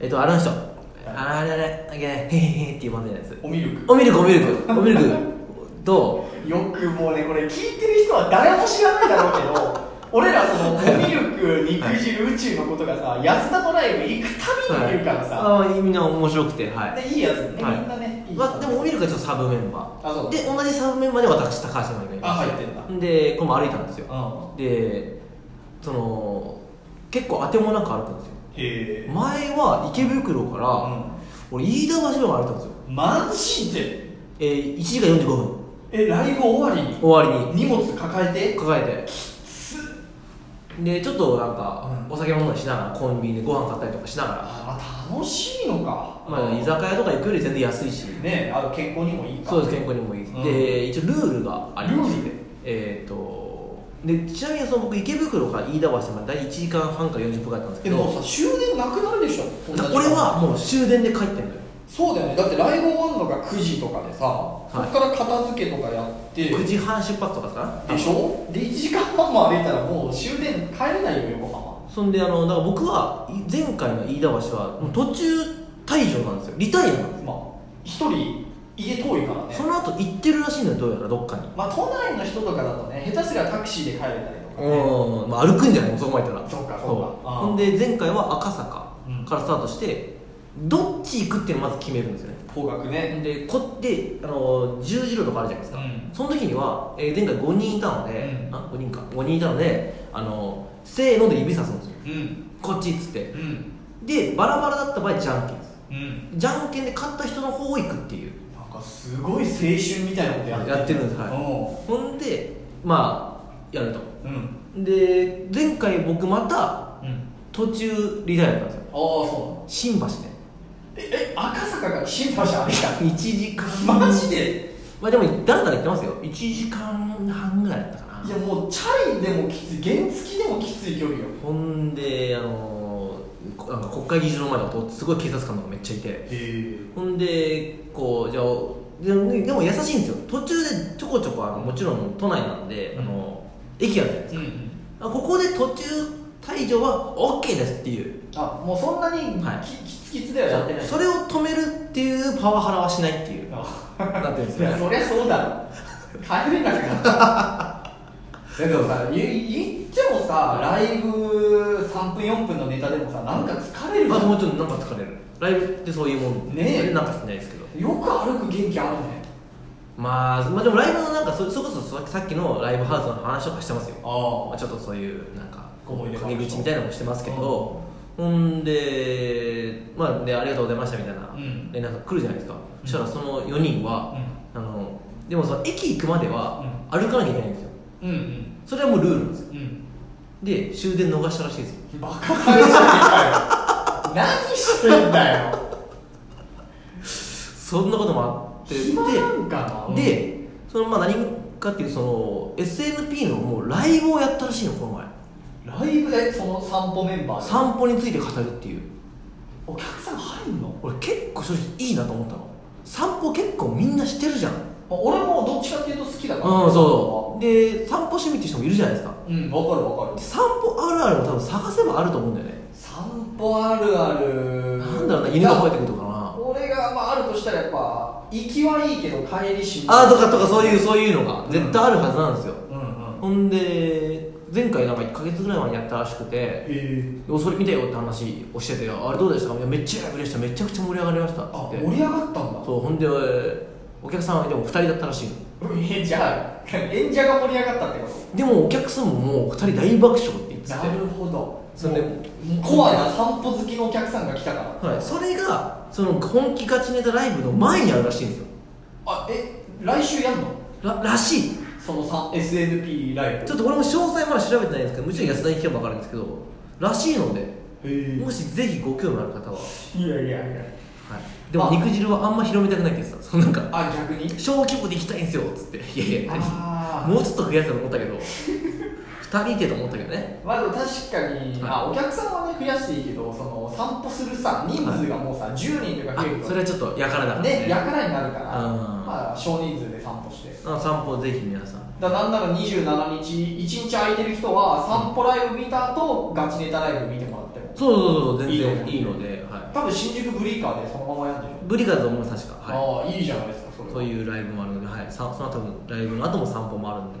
[SPEAKER 4] えっとあれの人あれあれあれへへへっていうバンドのやつ
[SPEAKER 3] おミルク
[SPEAKER 4] おミルクおミルクおミルク と
[SPEAKER 5] よくもうねこれ聞いてる人は誰も知らないだろうけど俺らそのおミルク肉汁宇宙のことがさ安田のライブ行くたびに見るからさ、
[SPEAKER 4] ああみんな面白くてはい
[SPEAKER 5] でいいやつね、
[SPEAKER 4] はい
[SPEAKER 5] みんなねいい人
[SPEAKER 4] まあでもおミルクはちょっとサブメンバ
[SPEAKER 3] あそ
[SPEAKER 4] ー
[SPEAKER 3] うだ
[SPEAKER 4] で同じサブメンバーで私高橋真理がい
[SPEAKER 3] あ
[SPEAKER 4] ま
[SPEAKER 3] 入ってんだ
[SPEAKER 4] すでこれも歩いたんですよ
[SPEAKER 3] う
[SPEAKER 4] でその結構当てもなく歩くんですよ
[SPEAKER 3] んへえ
[SPEAKER 4] 前は池袋から、俺飯田橋まで歩いたんですよ
[SPEAKER 3] マジで
[SPEAKER 4] えー、1時間45分
[SPEAKER 3] えライブ終わりに
[SPEAKER 4] 終わりに
[SPEAKER 3] 荷物抱えて
[SPEAKER 4] 抱えてでちょっとなんか、
[SPEAKER 3] うん
[SPEAKER 4] お酒飲んだりしながらコンビニでご飯買ったりとかしながら、
[SPEAKER 3] あまあ楽しいのか
[SPEAKER 4] まあ、居酒屋とか行くより全然安いし
[SPEAKER 3] ねあの健康にもいいか
[SPEAKER 4] そうです健康にもいい、
[SPEAKER 3] うん
[SPEAKER 4] で一応ルールがありまし
[SPEAKER 3] ルー
[SPEAKER 4] て
[SPEAKER 3] ル
[SPEAKER 4] えっ、とでちなみにその僕池袋から飯田橋まで大体1時間半から40分かかったんですけ
[SPEAKER 3] で
[SPEAKER 4] ど
[SPEAKER 3] もさ終電なくなるでしょそんな時間
[SPEAKER 4] 俺はもう終電で帰ってんだよ
[SPEAKER 3] そうだよねだってライブ終わるのが9時とかでさ、
[SPEAKER 4] い
[SPEAKER 3] そこから片付けとかやって
[SPEAKER 4] 9時半出発とかかな
[SPEAKER 3] でしょで1時間半も歩いたらもう終電帰れないよ横浜
[SPEAKER 4] そんであのだから僕はい前回の飯田橋はもう途中退場なんですよリタイアなんです
[SPEAKER 3] まあ一人家遠いからね
[SPEAKER 4] その後行ってるらしいのよどうやらどっかに
[SPEAKER 3] まあ都内の人とかだとね下手すりゃタクシーで帰れたりとかね
[SPEAKER 4] うん、まあ、歩くんじゃないもうそこまで行ったら
[SPEAKER 3] そっかそっかああ
[SPEAKER 4] ほんで前回は赤坂からスタートして、どっち行くっていうのをまず決めるんですよね
[SPEAKER 3] 方角ね
[SPEAKER 4] でこってあの十字路とかあるじゃないですか、
[SPEAKER 3] うん
[SPEAKER 4] その時には、えー前回5人いたので、
[SPEAKER 3] うん
[SPEAKER 4] あ5人か5人いたのであのせーので指さすんですよ
[SPEAKER 3] うん
[SPEAKER 4] こっちっつって
[SPEAKER 3] うん
[SPEAKER 4] でバラバラだった場合じゃんけんです
[SPEAKER 3] うん
[SPEAKER 4] じゃんけんで勝った人の方を行くっていう
[SPEAKER 3] なんかすごい青春みたいなことやって
[SPEAKER 4] やってるんですはい
[SPEAKER 3] は
[SPEAKER 4] ほんでまあやると
[SPEAKER 3] いうんうん
[SPEAKER 4] で前回僕また
[SPEAKER 3] うん
[SPEAKER 4] 途中リタイアだったんですよ
[SPEAKER 3] ああそ
[SPEAKER 4] 新橋で
[SPEAKER 3] うええ赤坂から新橋歩いた
[SPEAKER 4] 1時間
[SPEAKER 3] マジで
[SPEAKER 4] まあでもだらだら言ってますよ1時間半ぐらいだったか
[SPEAKER 3] い
[SPEAKER 4] な
[SPEAKER 3] やもうチャリでもきつい原付でもきつい距離よ
[SPEAKER 4] ほんであのーこなんか国会議事堂までだとすごい警察官とかめっちゃいて
[SPEAKER 3] え
[SPEAKER 4] ほんでこうじゃあでもでも優しいんですよ途中でちょこちょこあのもちろん都内なんで、あの駅あるじゃないです
[SPEAKER 3] う
[SPEAKER 4] か、
[SPEAKER 3] ん
[SPEAKER 4] あここで途中退場は OK ですっていう
[SPEAKER 3] あもうそんなにき,、
[SPEAKER 4] はい
[SPEAKER 3] きつきつではやってない
[SPEAKER 4] それを止めるっていうパワハラはしないっていうなってるんです
[SPEAKER 3] い
[SPEAKER 4] よ
[SPEAKER 3] やそりゃそうだろ帰れなくなったでもさ言言ってもさライブ3分4分のネタでもさなんか疲れるじゃ
[SPEAKER 4] あ
[SPEAKER 3] ん
[SPEAKER 4] ともうちょっとなんか疲れるライブってそういうもん
[SPEAKER 3] ねえ
[SPEAKER 4] それなんかしないですけど
[SPEAKER 3] よく歩く元気あるね
[SPEAKER 4] まあ、まあ、でもライブのなんかそそれこそささっきのライブハウスの話とかしてますよ
[SPEAKER 3] あ
[SPEAKER 4] まあちょっとそういうなんか
[SPEAKER 3] 思い出話
[SPEAKER 4] 陰口みたいなのもしてますけど、ほんで,、まあ、でありがとうございましたみたいな、
[SPEAKER 3] うん
[SPEAKER 4] でなんか来るじゃないですか、そしたらその4人は、あのでもその駅行くまでは歩かなきゃいけないんですよ
[SPEAKER 3] うんうん
[SPEAKER 4] それはもうルールなんですよ
[SPEAKER 3] うん
[SPEAKER 4] で終電逃したらしいですよ
[SPEAKER 3] バカだよ何してんだよ
[SPEAKER 4] そんなこともってて
[SPEAKER 3] 暇なんかな
[SPEAKER 4] でそのまあ何かっていうその SNP のもうライブをやったらしいのこの前
[SPEAKER 3] ライブでその散歩メンバーで
[SPEAKER 4] 散歩について語るっていう
[SPEAKER 3] お客さん入んの、ま
[SPEAKER 4] 俺結構正直いいなと思ったの散歩結構みんなしてるじゃんうん
[SPEAKER 3] あ俺もどっちかっていうと好きだから
[SPEAKER 4] そうで散歩趣味って人もいるじゃないですか
[SPEAKER 3] ううんわかるわかる
[SPEAKER 4] 散歩あるあるを多分探せばあると思うんだよね
[SPEAKER 3] 散歩あるある
[SPEAKER 4] なんだろうな犬が吠えてくるとかな
[SPEAKER 3] 俺が、まあ、あるとしたらやっぱ行きはいいけど帰りしんどい
[SPEAKER 4] あーとかとかそういうそういうのが絶対あるはずなんですよ、
[SPEAKER 3] うんうん
[SPEAKER 4] ほんで前回なんか1か月ぐらい前にやったらしくて
[SPEAKER 3] へえ
[SPEAKER 4] 「おそれ見てよ」って話をしてて「あれどうでしたか?」いやめっちゃ嬉しいめちゃくちゃ盛り上がりました」っ
[SPEAKER 3] あ
[SPEAKER 4] つっ
[SPEAKER 3] 盛
[SPEAKER 4] て
[SPEAKER 3] り上がったんだ
[SPEAKER 4] そうほんでお客さんでも2人だったらしいの
[SPEAKER 3] えじゃあ演者が盛り上がったってこ
[SPEAKER 4] でもお客さんももう2人大爆笑って言って
[SPEAKER 3] と
[SPEAKER 4] て
[SPEAKER 3] なるほど
[SPEAKER 4] それで
[SPEAKER 3] もうコアな散歩好きのお客さんが来たから
[SPEAKER 4] はい、それがその本気ガチネタライブの前にあるらしいんですよ
[SPEAKER 3] あえ来週やん
[SPEAKER 4] ら
[SPEAKER 3] の
[SPEAKER 4] らしい
[SPEAKER 3] そのさ SNP ライブ
[SPEAKER 4] ちょっと俺も詳細まだ調べてないんですけどもちろん安田に聞けば分かるんですけどらしいので
[SPEAKER 3] へ
[SPEAKER 4] もしぜひご興味ある方は、はい、
[SPEAKER 3] えいやいやいや
[SPEAKER 4] でも
[SPEAKER 3] あ
[SPEAKER 4] 肉汁はあんま広めたくないって言ってたそのなんか
[SPEAKER 3] あ逆に
[SPEAKER 4] 小規模で行きたいんですよっつっていやいや
[SPEAKER 3] あー
[SPEAKER 4] もうちょっと増やせと思ったけど2人ってと思ったけどね
[SPEAKER 3] まあでも確かに、
[SPEAKER 4] はい
[SPEAKER 3] あお客さんはね増やしていいけどその散歩するさ人数がもうさ、10人と
[SPEAKER 4] あ
[SPEAKER 3] か増えると
[SPEAKER 4] それはちょっとやからだからね
[SPEAKER 3] ねやからになるから、
[SPEAKER 4] うん
[SPEAKER 3] まあ少人数で散歩して
[SPEAKER 4] あ散歩ぜひ皆さん
[SPEAKER 3] だからなんなら27日1日空いてる人は散歩ライブ見た後ガチネタライブ見てもらっても
[SPEAKER 4] そうそうそうそう全然
[SPEAKER 3] い
[SPEAKER 4] い
[SPEAKER 3] い
[SPEAKER 4] い
[SPEAKER 3] の
[SPEAKER 4] ので、は
[SPEAKER 3] 多分新宿ブリーカーでそのままやるんでし
[SPEAKER 4] い、ブリカだと思います確
[SPEAKER 3] ょ、
[SPEAKER 4] かはい
[SPEAKER 3] ああいいじゃないですかそれは
[SPEAKER 4] というライブもあるので、はい、さその多分ライブの後も散歩もあるんで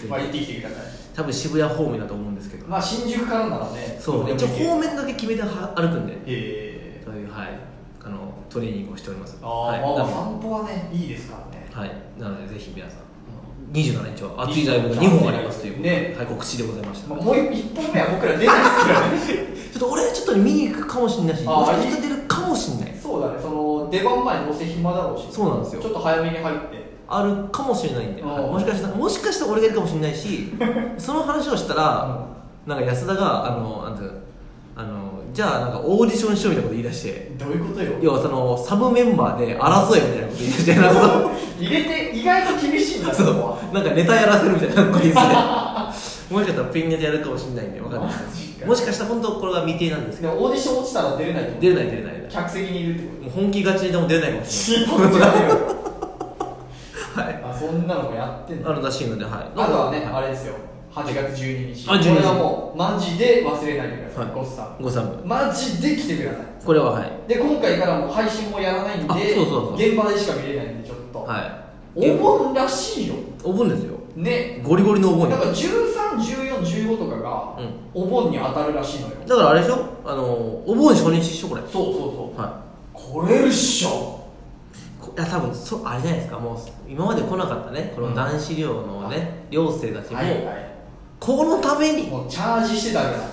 [SPEAKER 4] ぜ
[SPEAKER 3] まあ行っ
[SPEAKER 4] ひ
[SPEAKER 3] てきてください
[SPEAKER 4] 多分渋谷方面だと思うんですけど
[SPEAKER 3] まあ新宿からならね
[SPEAKER 4] そう
[SPEAKER 3] どこ
[SPEAKER 4] 一
[SPEAKER 3] で
[SPEAKER 4] 応
[SPEAKER 3] も行ける
[SPEAKER 4] 方面だけ決めては歩くんで
[SPEAKER 3] ええ
[SPEAKER 4] というはいあのトレーニングをしております
[SPEAKER 3] ああ、
[SPEAKER 4] はい
[SPEAKER 3] まあ
[SPEAKER 4] な
[SPEAKER 3] 散歩はねいいですからね、
[SPEAKER 4] はい、なのでぜひ皆さん
[SPEAKER 3] うん
[SPEAKER 4] 27日は熱いライブが2本ありますということで、
[SPEAKER 3] ね
[SPEAKER 4] はい、告知でございました、
[SPEAKER 3] まあ
[SPEAKER 4] ち
[SPEAKER 3] もう1本目は僕ら出ないですからね
[SPEAKER 4] ょっと俺ちょっと見に行くかもしれないし
[SPEAKER 3] あ
[SPEAKER 4] もしか
[SPEAKER 3] いい
[SPEAKER 4] したら出るかもしれない
[SPEAKER 3] そうだね、その出番前どうせ暇だろうし、
[SPEAKER 4] そうなんです
[SPEAKER 3] ちょ
[SPEAKER 4] よ
[SPEAKER 3] っと早めに入って、
[SPEAKER 4] あるかもしれないんで、
[SPEAKER 3] うん
[SPEAKER 4] はいもしかしたらもしかしたら俺がいるかもしれない しその話をしたら、なんか安田があのなんていうのあのじゃあなんかオーディションしようみたいなこと言い出して
[SPEAKER 3] どういうことよ
[SPEAKER 4] 要はそのサブメンバーで争えみたいなこと言い出 してなんか
[SPEAKER 3] 入れて、意外と厳しいんだ、
[SPEAKER 4] そ
[SPEAKER 3] ここ
[SPEAKER 4] のそうなんかネタやらせるみたいなこと言って もしかしたらピンネタやるかもしれないんでわかんない
[SPEAKER 3] マジか
[SPEAKER 4] もしかしたら本当これが未定なんですけ
[SPEAKER 3] でもオーディション落ちたら出れないと
[SPEAKER 4] ど
[SPEAKER 3] 思う
[SPEAKER 4] 出れない出れない出れない
[SPEAKER 3] 客席にいるってこ
[SPEAKER 4] もう本気勝ちネタも出れないかも
[SPEAKER 3] と
[SPEAKER 4] しれ
[SPEAKER 3] 死ぬじゃねえよ
[SPEAKER 4] ない、はい、
[SPEAKER 3] あそんなのもやってん
[SPEAKER 4] あ
[SPEAKER 3] だ
[SPEAKER 4] るらしいのではい
[SPEAKER 3] あとはね、あれですよ8月12日
[SPEAKER 4] あ12日
[SPEAKER 3] これはもうマジで忘れないでく
[SPEAKER 4] は
[SPEAKER 3] ださい、
[SPEAKER 4] い
[SPEAKER 3] ゴッサ
[SPEAKER 4] ご参分
[SPEAKER 3] ンマジで来てください
[SPEAKER 4] これははい
[SPEAKER 3] で、今回からもう配信もやらないんで
[SPEAKER 4] あそうそうそう
[SPEAKER 3] 現場でしか見れないんでちょっと、
[SPEAKER 4] はい
[SPEAKER 3] お盆らしいよ
[SPEAKER 4] お盆ですよ
[SPEAKER 3] ね
[SPEAKER 4] ゴリゴリのお盆
[SPEAKER 3] な
[SPEAKER 4] よ
[SPEAKER 3] んか131415とかが
[SPEAKER 4] うん
[SPEAKER 3] お盆に当たるらしいのよ、
[SPEAKER 4] だからあれでしょあのお盆初日でしょこれはい
[SPEAKER 3] そうそうそう来れるっしょ
[SPEAKER 4] こいや多分そうあれじゃないですかもう今まで来なかったねこ
[SPEAKER 3] う
[SPEAKER 4] の
[SPEAKER 3] ん
[SPEAKER 4] 男子寮のね寮生たちも、
[SPEAKER 3] はい
[SPEAKER 4] このために
[SPEAKER 3] もうチャージしてたわけだ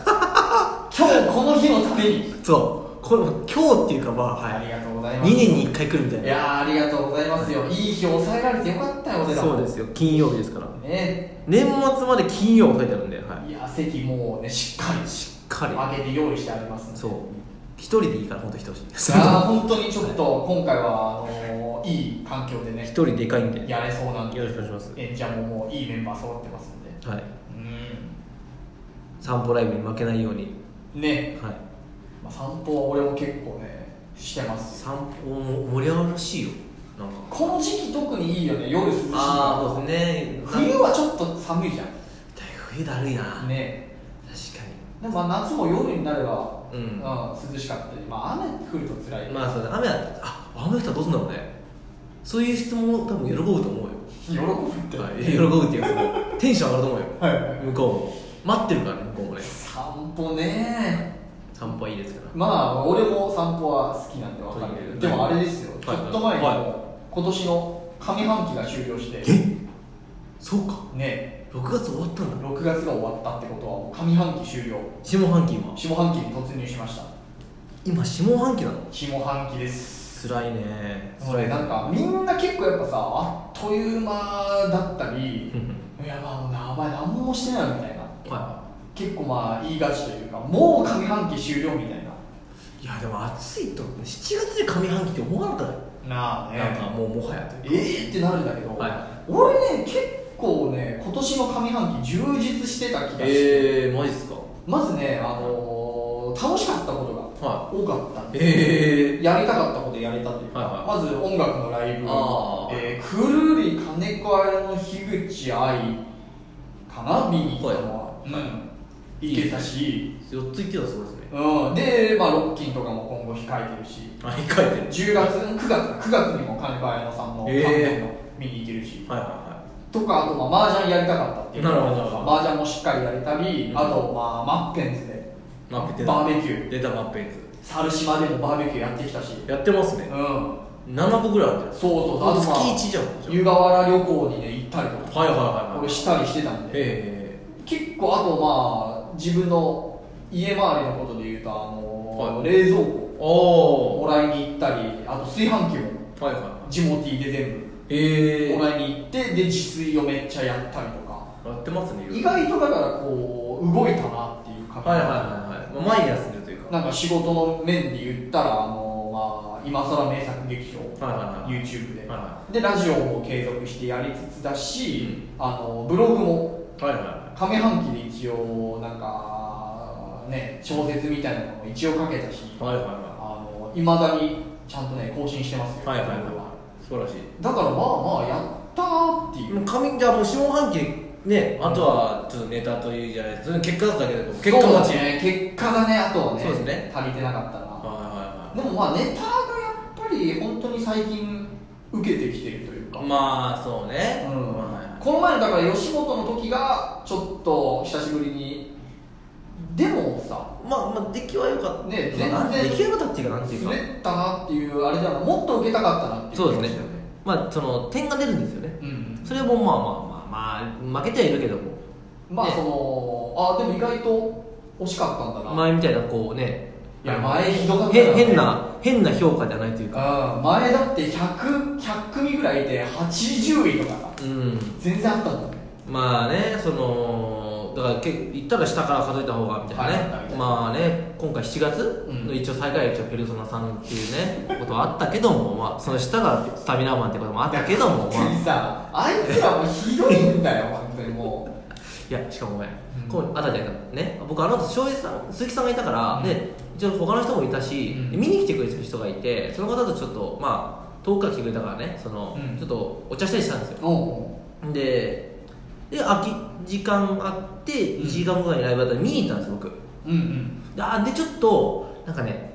[SPEAKER 3] 今日この日のために
[SPEAKER 4] そうこの今日っていうかまあ
[SPEAKER 3] あ
[SPEAKER 4] はい
[SPEAKER 3] りがとうござい
[SPEAKER 4] 2
[SPEAKER 3] ます
[SPEAKER 4] 年に1回来るみたい
[SPEAKER 3] い
[SPEAKER 4] な
[SPEAKER 3] やーありがとうございますよいい日抑えられてよかったよ俺ら
[SPEAKER 4] そうですよ金曜日ですから
[SPEAKER 3] ね
[SPEAKER 4] 年末まで金曜書いてあるんで、はい
[SPEAKER 3] や席もうねしっかりし
[SPEAKER 4] い、彼
[SPEAKER 3] 開けて用意してありますんで
[SPEAKER 4] そう一人でいいから本当に来てほしいです
[SPEAKER 3] いやー本当にちょっと今回はあのーいい環境 で
[SPEAKER 4] 一
[SPEAKER 3] ね
[SPEAKER 4] 人でかいんでよ
[SPEAKER 3] やれそうなんで
[SPEAKER 4] ろしくお願いします
[SPEAKER 3] 演者ももういいメンバー揃ってますんで
[SPEAKER 4] はい
[SPEAKER 3] うん
[SPEAKER 4] 散歩ライブに負けないように
[SPEAKER 3] ね
[SPEAKER 4] はい
[SPEAKER 3] まあ、散歩は俺も結構ねしてます
[SPEAKER 4] 散歩も盛り上がるらしいよなんか
[SPEAKER 3] この時期特にいいよね夜涼しいから
[SPEAKER 4] ああそうですね
[SPEAKER 3] 冬はちょっと寒いじゃ
[SPEAKER 4] 冬だるいなん
[SPEAKER 3] ね
[SPEAKER 4] 確
[SPEAKER 3] でもまあ夏も夜になれば、
[SPEAKER 4] うん
[SPEAKER 3] 涼しかったりまあ雨降ると辛
[SPEAKER 4] か
[SPEAKER 3] い、
[SPEAKER 4] にまあそうだ雨だったらあ雨降ったらどうすんだろうねそういう質問多分喜ぶと思うよ
[SPEAKER 3] 喜ぶって、
[SPEAKER 4] はい喜ぶっていうかそのテンション上がると思うよ
[SPEAKER 3] はいはい
[SPEAKER 4] 向こうも待ってるからね向こうもね
[SPEAKER 3] 散歩ね
[SPEAKER 4] 散歩はいいですから
[SPEAKER 3] まあ俺も散歩は好きなんでわかるけ
[SPEAKER 4] は
[SPEAKER 3] ど
[SPEAKER 4] い
[SPEAKER 3] でもあれですよ、
[SPEAKER 4] はい
[SPEAKER 3] ちょっと前にも、
[SPEAKER 4] は
[SPEAKER 3] 今年の上半期が終了して
[SPEAKER 4] えそうか
[SPEAKER 3] ね
[SPEAKER 4] 6月終わったんだ
[SPEAKER 3] 6月が終わったってことはもう上半期終了
[SPEAKER 4] 下半期今
[SPEAKER 3] 下半期に突入しました
[SPEAKER 4] 今下半期なの
[SPEAKER 3] 下半期です
[SPEAKER 4] 辛いね
[SPEAKER 3] それなんかみんな結構やっぱさあっという間だったりいやまあもう名前何もしてないみたいな
[SPEAKER 4] は
[SPEAKER 3] 結構まあ言いがちというかもう上半期終了みたいない
[SPEAKER 4] いやでも暑いと7月で上半期って思わなかったよ
[SPEAKER 6] なあね
[SPEAKER 4] なんかもうもはやというか
[SPEAKER 3] えーってなるんだけど、
[SPEAKER 4] はい
[SPEAKER 3] 俺ね結構ね今年の上半期充実してた気がして、
[SPEAKER 4] えー、マジっすか
[SPEAKER 3] まずね、あのー楽しかったことが
[SPEAKER 4] は
[SPEAKER 3] 多かったんで、
[SPEAKER 4] え
[SPEAKER 3] やりたかったことやれたというか、
[SPEAKER 4] は
[SPEAKER 3] まず音楽のライブ
[SPEAKER 4] あ、ー
[SPEAKER 3] えー、くるり金子綾の樋口愛かな見に行ったのは、うん、行けたし、
[SPEAKER 4] ー、4ついってたらすごいですね
[SPEAKER 3] うん、で、まあ、ロッキンとかも今後控えてるし
[SPEAKER 4] あ控えてる
[SPEAKER 3] 10月9月9月にも金子綾乃さんの
[SPEAKER 4] えー
[SPEAKER 3] 韓国の見に行けるし、
[SPEAKER 4] はいは
[SPEAKER 3] とかあとまあ麻雀やりたかったっていう
[SPEAKER 4] なるほど
[SPEAKER 3] 麻雀もしっかりやれたり、
[SPEAKER 4] うん
[SPEAKER 3] あとまあマッペンズで
[SPEAKER 4] いはいマッペン
[SPEAKER 3] バーベキュー
[SPEAKER 4] ー出たマッペンズ
[SPEAKER 3] 猿島でもバーベキューやってきたし、うん、
[SPEAKER 4] やってますね
[SPEAKER 3] そ
[SPEAKER 4] 7個ぐらいあるんじゃないう
[SPEAKER 3] そうそう、あとまあ、
[SPEAKER 4] 月1じゃんじゃあ
[SPEAKER 3] 湯河原旅行にね、行ったりとか、
[SPEAKER 4] はいはいはいはい
[SPEAKER 3] 俺、したりしてたんで、
[SPEAKER 4] え
[SPEAKER 3] 結構、あとまあ、自分の家周りのことで言うと、あ
[SPEAKER 4] は
[SPEAKER 3] のー冷蔵庫
[SPEAKER 4] えー、お
[SPEAKER 3] も
[SPEAKER 4] お
[SPEAKER 3] らいに行ったり、あと炊飯器も、
[SPEAKER 4] はいはいはい
[SPEAKER 3] ジモティーで全
[SPEAKER 4] え
[SPEAKER 3] 部
[SPEAKER 4] ー、
[SPEAKER 3] もらいに行って、で、自炊をめっちゃやったりとか、
[SPEAKER 4] やってますねいろ
[SPEAKER 3] 意
[SPEAKER 4] いろ
[SPEAKER 3] 外とだから、こう、動いたなっていう感じ。
[SPEAKER 4] はいはいはいはい、まあ、毎休んでるというか
[SPEAKER 3] なんか仕事の面で言ったら、あのまあ、今更名作劇場、
[SPEAKER 4] はいはいはい
[SPEAKER 3] YouTube で、
[SPEAKER 4] はいは
[SPEAKER 3] でラジオも継続してやりつつだし、あのブログも
[SPEAKER 4] はいはいは
[SPEAKER 3] 上半期で一応なんかね小説みたいなのも一応書けたし、
[SPEAKER 4] いはいはい
[SPEAKER 3] あ
[SPEAKER 4] は
[SPEAKER 3] の未だにちゃんとね更新してますよ、
[SPEAKER 4] いはいはいはい素晴らしい
[SPEAKER 3] だからまあまあやったーっていう、
[SPEAKER 4] もう上じゃあもう下半期ねあとはちょっとネタというじゃないそれ結果だったけど結果
[SPEAKER 3] そう
[SPEAKER 4] 待
[SPEAKER 3] だ
[SPEAKER 4] ち
[SPEAKER 3] ね結果がねあとはね
[SPEAKER 4] そうですね
[SPEAKER 3] 足りてなかったな、
[SPEAKER 4] はいは
[SPEAKER 3] でもまあネタがやっぱり本当に最近受けてきてるという
[SPEAKER 4] い
[SPEAKER 3] か、
[SPEAKER 4] はいまあそうね
[SPEAKER 3] うん
[SPEAKER 4] はい
[SPEAKER 3] この前のだから吉本の時がちょっと久しぶりにでもさ
[SPEAKER 4] まあまあ出来は良かった
[SPEAKER 3] ね全然
[SPEAKER 4] まあ出来は良かったっていうかなんていうか
[SPEAKER 3] 滑ったなっていうあれじゃなもっと受けたかったなっていう
[SPEAKER 4] そうですね
[SPEAKER 3] 気がしたよ
[SPEAKER 4] まあその点が出るんですよね
[SPEAKER 3] うん
[SPEAKER 4] それもまあまあまあまあ負けてはいるけども
[SPEAKER 3] まあ
[SPEAKER 4] ね
[SPEAKER 3] そのあでも意外と惜しかったんだな、
[SPEAKER 4] 前みたいなこうね
[SPEAKER 3] いや前ひどかったよ
[SPEAKER 4] へ変な変な評価じゃないというか
[SPEAKER 3] うん前だって 100, 100組ぐらいいて80位とかさ
[SPEAKER 4] うん
[SPEAKER 3] 全然あったんだね
[SPEAKER 4] まあねそのだから結構言ったら下から数えた方がみたいなね、
[SPEAKER 3] はい
[SPEAKER 4] まあね今回7月
[SPEAKER 3] うん
[SPEAKER 4] の一応最下位は一応ペルソナさんっていうねことはあったけどもまあその下がスタミナマンってこともあったけども
[SPEAKER 3] 本
[SPEAKER 4] まあ
[SPEAKER 3] 当にさあいつらもひどいんだよ本当にも
[SPEAKER 4] い
[SPEAKER 3] う
[SPEAKER 4] やしかもお前、
[SPEAKER 3] ん
[SPEAKER 4] こうあたじゃないかね僕あの後翔平さん鈴木さんがいたから、
[SPEAKER 3] うん
[SPEAKER 4] で一応他の人もいたし、
[SPEAKER 3] うん
[SPEAKER 4] で見に来てくれてる人がいてその方とちょっとまあ遠くから来てくれたからねその、
[SPEAKER 3] うん
[SPEAKER 4] ちょっとお茶したりしたんですよ
[SPEAKER 3] おう
[SPEAKER 4] でで空き時間あって
[SPEAKER 3] うん
[SPEAKER 4] 1時間後ぐらいにライブだったら見に行ったんですよ僕
[SPEAKER 3] おううんうん
[SPEAKER 4] であでちょっとなんかね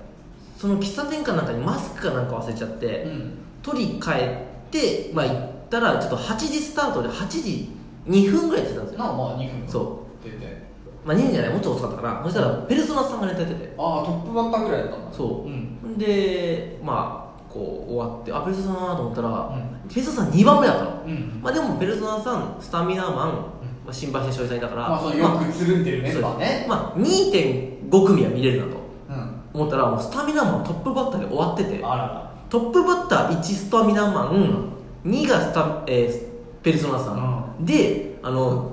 [SPEAKER 4] その喫茶店かなんかにマスクかなんか忘れちゃって、
[SPEAKER 3] うん
[SPEAKER 4] 取り替えて、まあ、行ったらちょっと8時スタートで8時2分ぐらいやってたんです
[SPEAKER 3] な
[SPEAKER 4] よ、
[SPEAKER 3] あまあ2分
[SPEAKER 4] そ
[SPEAKER 3] 出て
[SPEAKER 4] まあ、2分じゃないもうちょっと遅かったかなそしたらペルソナさんがネタやってて
[SPEAKER 3] ああトップバッターぐらいだったんだ
[SPEAKER 4] そうんでまあこう終わってあペルソナだなと思ったら、
[SPEAKER 3] う
[SPEAKER 4] ペルソナさん2番目だったの、
[SPEAKER 3] うん
[SPEAKER 4] まあ、でもペルソナさんスタミナマン、まあ、新橋で翔平さんいたから、
[SPEAKER 3] まあそのよくつるんでるメンバーね
[SPEAKER 4] まあ、2.5組は見れるなと
[SPEAKER 3] うん
[SPEAKER 4] 思ったらもうスタミナマントップバッターで終わってて
[SPEAKER 3] あらら
[SPEAKER 4] トップバッター1スタミナマン2がスタ、えーペルソナさん、であの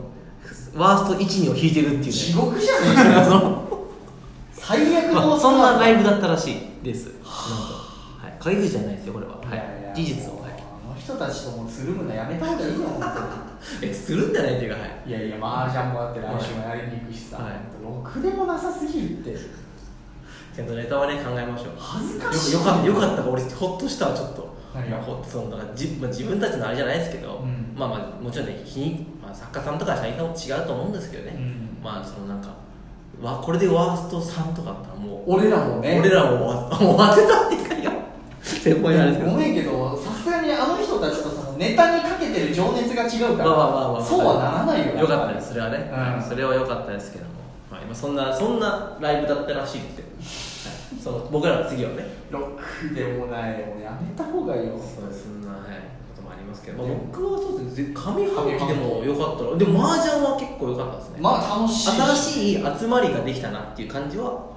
[SPEAKER 4] ワースト1 2を引いてるっていう
[SPEAKER 3] 地
[SPEAKER 4] ね
[SPEAKER 3] 獄じゃねえかよ
[SPEAKER 4] その
[SPEAKER 3] 最 悪
[SPEAKER 4] ま
[SPEAKER 3] の
[SPEAKER 4] あそんなラ
[SPEAKER 3] イ
[SPEAKER 4] イブだったらしいですなんと、はい、陰口じゃないですよこれは、はい、事実を、はい、
[SPEAKER 3] あの人たちともつるむのやめた方がいいよ本
[SPEAKER 4] えするんじゃないっていうかはい
[SPEAKER 3] 当にいやいや麻雀もだって来週もやりに行くしさ、
[SPEAKER 4] はい
[SPEAKER 3] ろくでもなさすぎるって
[SPEAKER 4] ちゃんとネタはね考えましょう
[SPEAKER 3] 恥ずかしい
[SPEAKER 4] よよかったよかったか俺ほっとしたわちょっと
[SPEAKER 3] 何が
[SPEAKER 4] ほっとそのだからじ、まあ、自分たちのあれじゃないですけど、
[SPEAKER 3] うん
[SPEAKER 4] まあまあもちろんね日に、まあ、作家さんとか社員さんも違うと思うんですけどね、
[SPEAKER 3] うん
[SPEAKER 4] まあそのなんかわこれでワースト3とかあったらもう
[SPEAKER 3] 俺らもね
[SPEAKER 4] 俺らもワーストもう当てたっていう かいや先輩なんですけど
[SPEAKER 3] ごめんけどさすがにあの人たちとそのネタにかけてる情熱が違うから、
[SPEAKER 4] まあまあまあまあ、
[SPEAKER 3] そうはならないよ
[SPEAKER 4] よかったですそれはね、
[SPEAKER 3] うん
[SPEAKER 4] それは良かったですけども、はいまあ、そんなそんなライブだったらしいですよ、はい、その僕らの次はね
[SPEAKER 3] ろくでもないもうやめた方がいいよ
[SPEAKER 4] そうですそんな、はい、こともありますけど、
[SPEAKER 3] で
[SPEAKER 4] まあ、
[SPEAKER 3] も
[SPEAKER 4] 僕はそうですね上半期でも良かったらでも麻雀は結構良かったですね、
[SPEAKER 3] まあ楽しい
[SPEAKER 4] 新
[SPEAKER 3] い
[SPEAKER 4] しい集まりができたなっていう感じは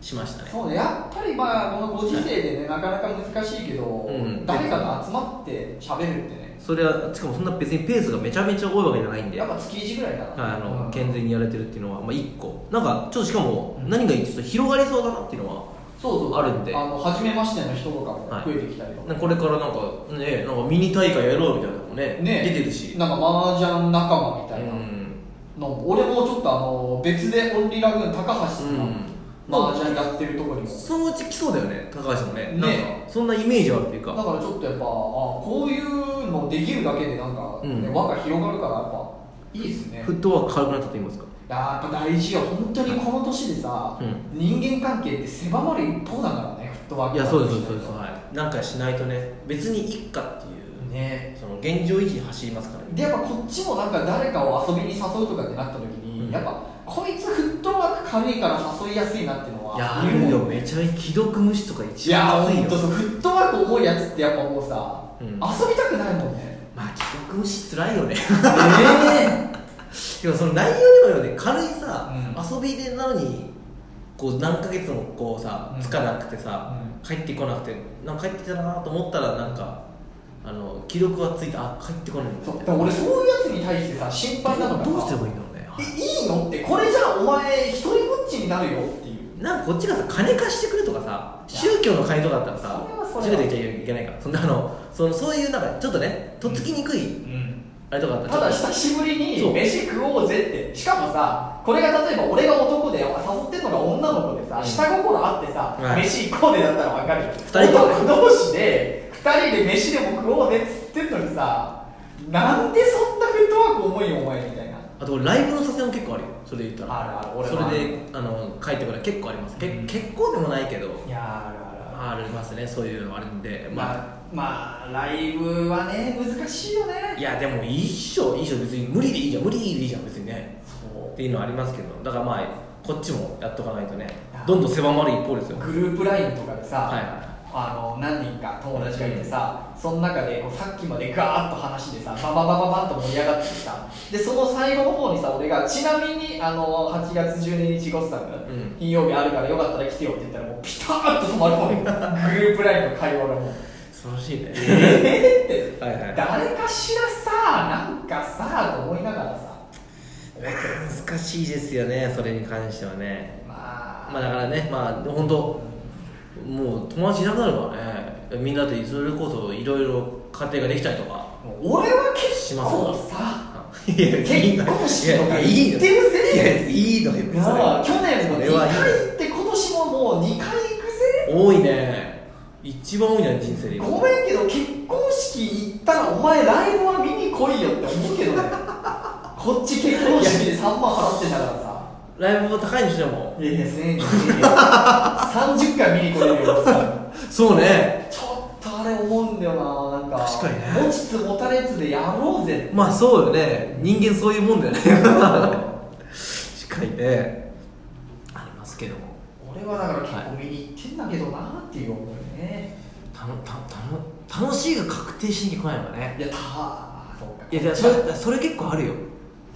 [SPEAKER 4] しましたね
[SPEAKER 3] そうねやっぱりまあこのご時世でねなかなか難しいけど、
[SPEAKER 4] ん
[SPEAKER 3] 誰かが集まって喋るってね
[SPEAKER 4] それはしかもそんな別にペースがめちゃめちゃ多いわけじゃないんで
[SPEAKER 3] やっ
[SPEAKER 4] はい
[SPEAKER 3] ぱ月1ぐらいだな
[SPEAKER 4] あの
[SPEAKER 3] うん
[SPEAKER 4] 健全にやれてるっていうのは、まあ、1個なんかちょっとしかも何がいいってちょっと広がりそうだなっていうのは
[SPEAKER 3] そうそう
[SPEAKER 4] あるんで
[SPEAKER 3] あの初めましての人とかも増えてきたりとか、
[SPEAKER 4] なんかこれからなんかねなんかミニ大会やろうみたいなのもね
[SPEAKER 3] ね
[SPEAKER 4] 出てるし
[SPEAKER 3] なんか麻雀仲間みたいな
[SPEAKER 4] うん
[SPEAKER 3] のも、俺もちょっとあの別でオンリーラグーン高橋さん
[SPEAKER 4] う
[SPEAKER 3] の
[SPEAKER 4] ん
[SPEAKER 3] 麻雀やってるとこにも、
[SPEAKER 4] そのうち来そうだよね高橋もね
[SPEAKER 3] ね
[SPEAKER 4] なんかそんなイメージはあるっていう
[SPEAKER 3] だ
[SPEAKER 4] か
[SPEAKER 3] からちょっとやっぱあこういうのできるだけでなんか、ね
[SPEAKER 4] うん
[SPEAKER 3] 輪が広がるからやっぱいいですね
[SPEAKER 4] フットワーク軽くなったと言いますか
[SPEAKER 3] やっぱ大事よ本当にこの年でさ、
[SPEAKER 4] う
[SPEAKER 3] 人間関係って狭まる一方だからねフットワー
[SPEAKER 4] い
[SPEAKER 3] ク
[SPEAKER 4] やそうですそうですそうですはいなんかしないとね別にいっかっていう
[SPEAKER 3] ね
[SPEAKER 4] その現状維持に走りますからね
[SPEAKER 3] でやっぱこっちもなんか誰かを遊びに誘うとかってなった時に、
[SPEAKER 4] うん
[SPEAKER 3] やっぱこいつフットワーク軽いから誘いやすいなっていうのはい
[SPEAKER 4] や
[SPEAKER 3] いるも
[SPEAKER 4] あ
[SPEAKER 3] ん
[SPEAKER 4] るよめちゃ既読無視とか
[SPEAKER 3] い
[SPEAKER 4] 一
[SPEAKER 3] や
[SPEAKER 4] 番
[SPEAKER 3] ー
[SPEAKER 4] 多い
[SPEAKER 3] ほ
[SPEAKER 4] よ
[SPEAKER 3] んとそうフットワーク重いやつってやっぱもうさ、
[SPEAKER 4] うん
[SPEAKER 3] 遊びたくないもんね
[SPEAKER 4] まあ既読無視つらいよね
[SPEAKER 3] え
[SPEAKER 4] でもその内容にもよね軽いさ、
[SPEAKER 3] う
[SPEAKER 4] 遊びでなのにこう何ヶ月もこうさ
[SPEAKER 3] うん
[SPEAKER 4] つかなくてさ、帰ってこなくてなんか帰ってきたなと思ったらなんかあの既読がついてあ帰ってこないみ
[SPEAKER 3] ー
[SPEAKER 4] たい
[SPEAKER 3] そうで
[SPEAKER 4] な
[SPEAKER 3] も俺そういうやつに対してさ心配なのがさ
[SPEAKER 4] どうすればいいんだろうね、はい
[SPEAKER 3] えいいのってこれじゃあお前一人ぼっちになるよっていう
[SPEAKER 4] なんかこっちがさ金貸してくれとかさ宗教の金とかだったらさ
[SPEAKER 3] それはそれ
[SPEAKER 4] 閉
[SPEAKER 3] は
[SPEAKER 4] めていちゃいけないからそんなあのそのそういうなんかちょっとねとっつきにくい、あれとかあった
[SPEAKER 3] ただ
[SPEAKER 4] らちょっと
[SPEAKER 3] 久しぶり
[SPEAKER 4] そう
[SPEAKER 3] に飯食おうぜってしかもさこれが例えば俺が男で誘ってんのが女の子でさ、
[SPEAKER 4] うん
[SPEAKER 3] 下心あってさ、
[SPEAKER 4] はい
[SPEAKER 3] 飯行こうでだったらわかるよ
[SPEAKER 4] 二人とも
[SPEAKER 3] 男同士で2人で飯でも食おうぜっつってんのにさなんでそんなフットワーク重いよお前みたいな
[SPEAKER 4] あと俺ライブの撮影も結構あるよそれで言ったら
[SPEAKER 3] あるある俺
[SPEAKER 4] そ
[SPEAKER 3] もある
[SPEAKER 4] れであの帰ってこない結構あります、け
[SPEAKER 3] うん
[SPEAKER 4] 結構でもないけど
[SPEAKER 3] いやーあるあるあ
[SPEAKER 4] ありますねそういうのあるんで
[SPEAKER 3] る
[SPEAKER 4] まあ、
[SPEAKER 3] まあまあライブはね難しいよね
[SPEAKER 4] いやでもいいっしょいいっしょ別に無理でいいじゃん無理でいいじゃん別にね
[SPEAKER 3] そう
[SPEAKER 4] っていうのはありますけどだからまあこっちもやっとかないとね
[SPEAKER 3] あ
[SPEAKER 4] どんどん狭まる一方ですよ
[SPEAKER 3] グループ LINE とかでさ、
[SPEAKER 4] はい
[SPEAKER 3] あの何人か友達がいてさ、その中でこうさっきまでガーッと話でさバババババンと盛り上がっててさでその最後の方にさ俺がちなみにあの8月12日ゴッサム、
[SPEAKER 4] ん
[SPEAKER 3] 金曜日あるからよかったら来てよって言ったらもうピタッと止まるもんグループ LINE の会話がもう
[SPEAKER 4] 素晴らしいね
[SPEAKER 3] えー って
[SPEAKER 4] はいはい
[SPEAKER 3] 誰かしらさなんかさと思いながらさ
[SPEAKER 4] 難しいですよねそれに関してはね
[SPEAKER 3] まあ、
[SPEAKER 4] まあだからねまあ本当もう友達いなくなるからねみんなでそれこそいろいろ家庭ができたりとか
[SPEAKER 3] もう俺は
[SPEAKER 4] し
[SPEAKER 3] 結
[SPEAKER 4] ます
[SPEAKER 3] 構
[SPEAKER 4] わ
[SPEAKER 3] さ
[SPEAKER 4] いや
[SPEAKER 3] 結婚式とか
[SPEAKER 4] いい
[SPEAKER 3] 行
[SPEAKER 4] の
[SPEAKER 3] ってるせいや
[SPEAKER 4] いいのよ
[SPEAKER 3] いやー去年も
[SPEAKER 4] それ
[SPEAKER 3] 2
[SPEAKER 4] はいい
[SPEAKER 3] 回行って今年ももう2回行くぜ
[SPEAKER 4] 多いね一番多いな人生で今
[SPEAKER 3] ごめんけど結婚式行ったらお前ライブは見に来いよって思うけどねこっち結婚式で3万払ってんだからさ
[SPEAKER 4] ライブも高いにしても
[SPEAKER 3] いやいや1000円30回見に来れるよさ
[SPEAKER 4] そうね
[SPEAKER 3] ちょっとあれ思うんだよななんか
[SPEAKER 4] 確かにね
[SPEAKER 3] 持ちつ持たれつでやろうぜ
[SPEAKER 4] まあそうよね人間そういうもん だよね近いねありますけども
[SPEAKER 3] 俺はだから結構見に行ってんだけどなっていう思いね
[SPEAKER 4] たのたたの楽しいが確定しに来ないのがね
[SPEAKER 3] いやたそうか
[SPEAKER 4] いやいやそれそれ結構あるよ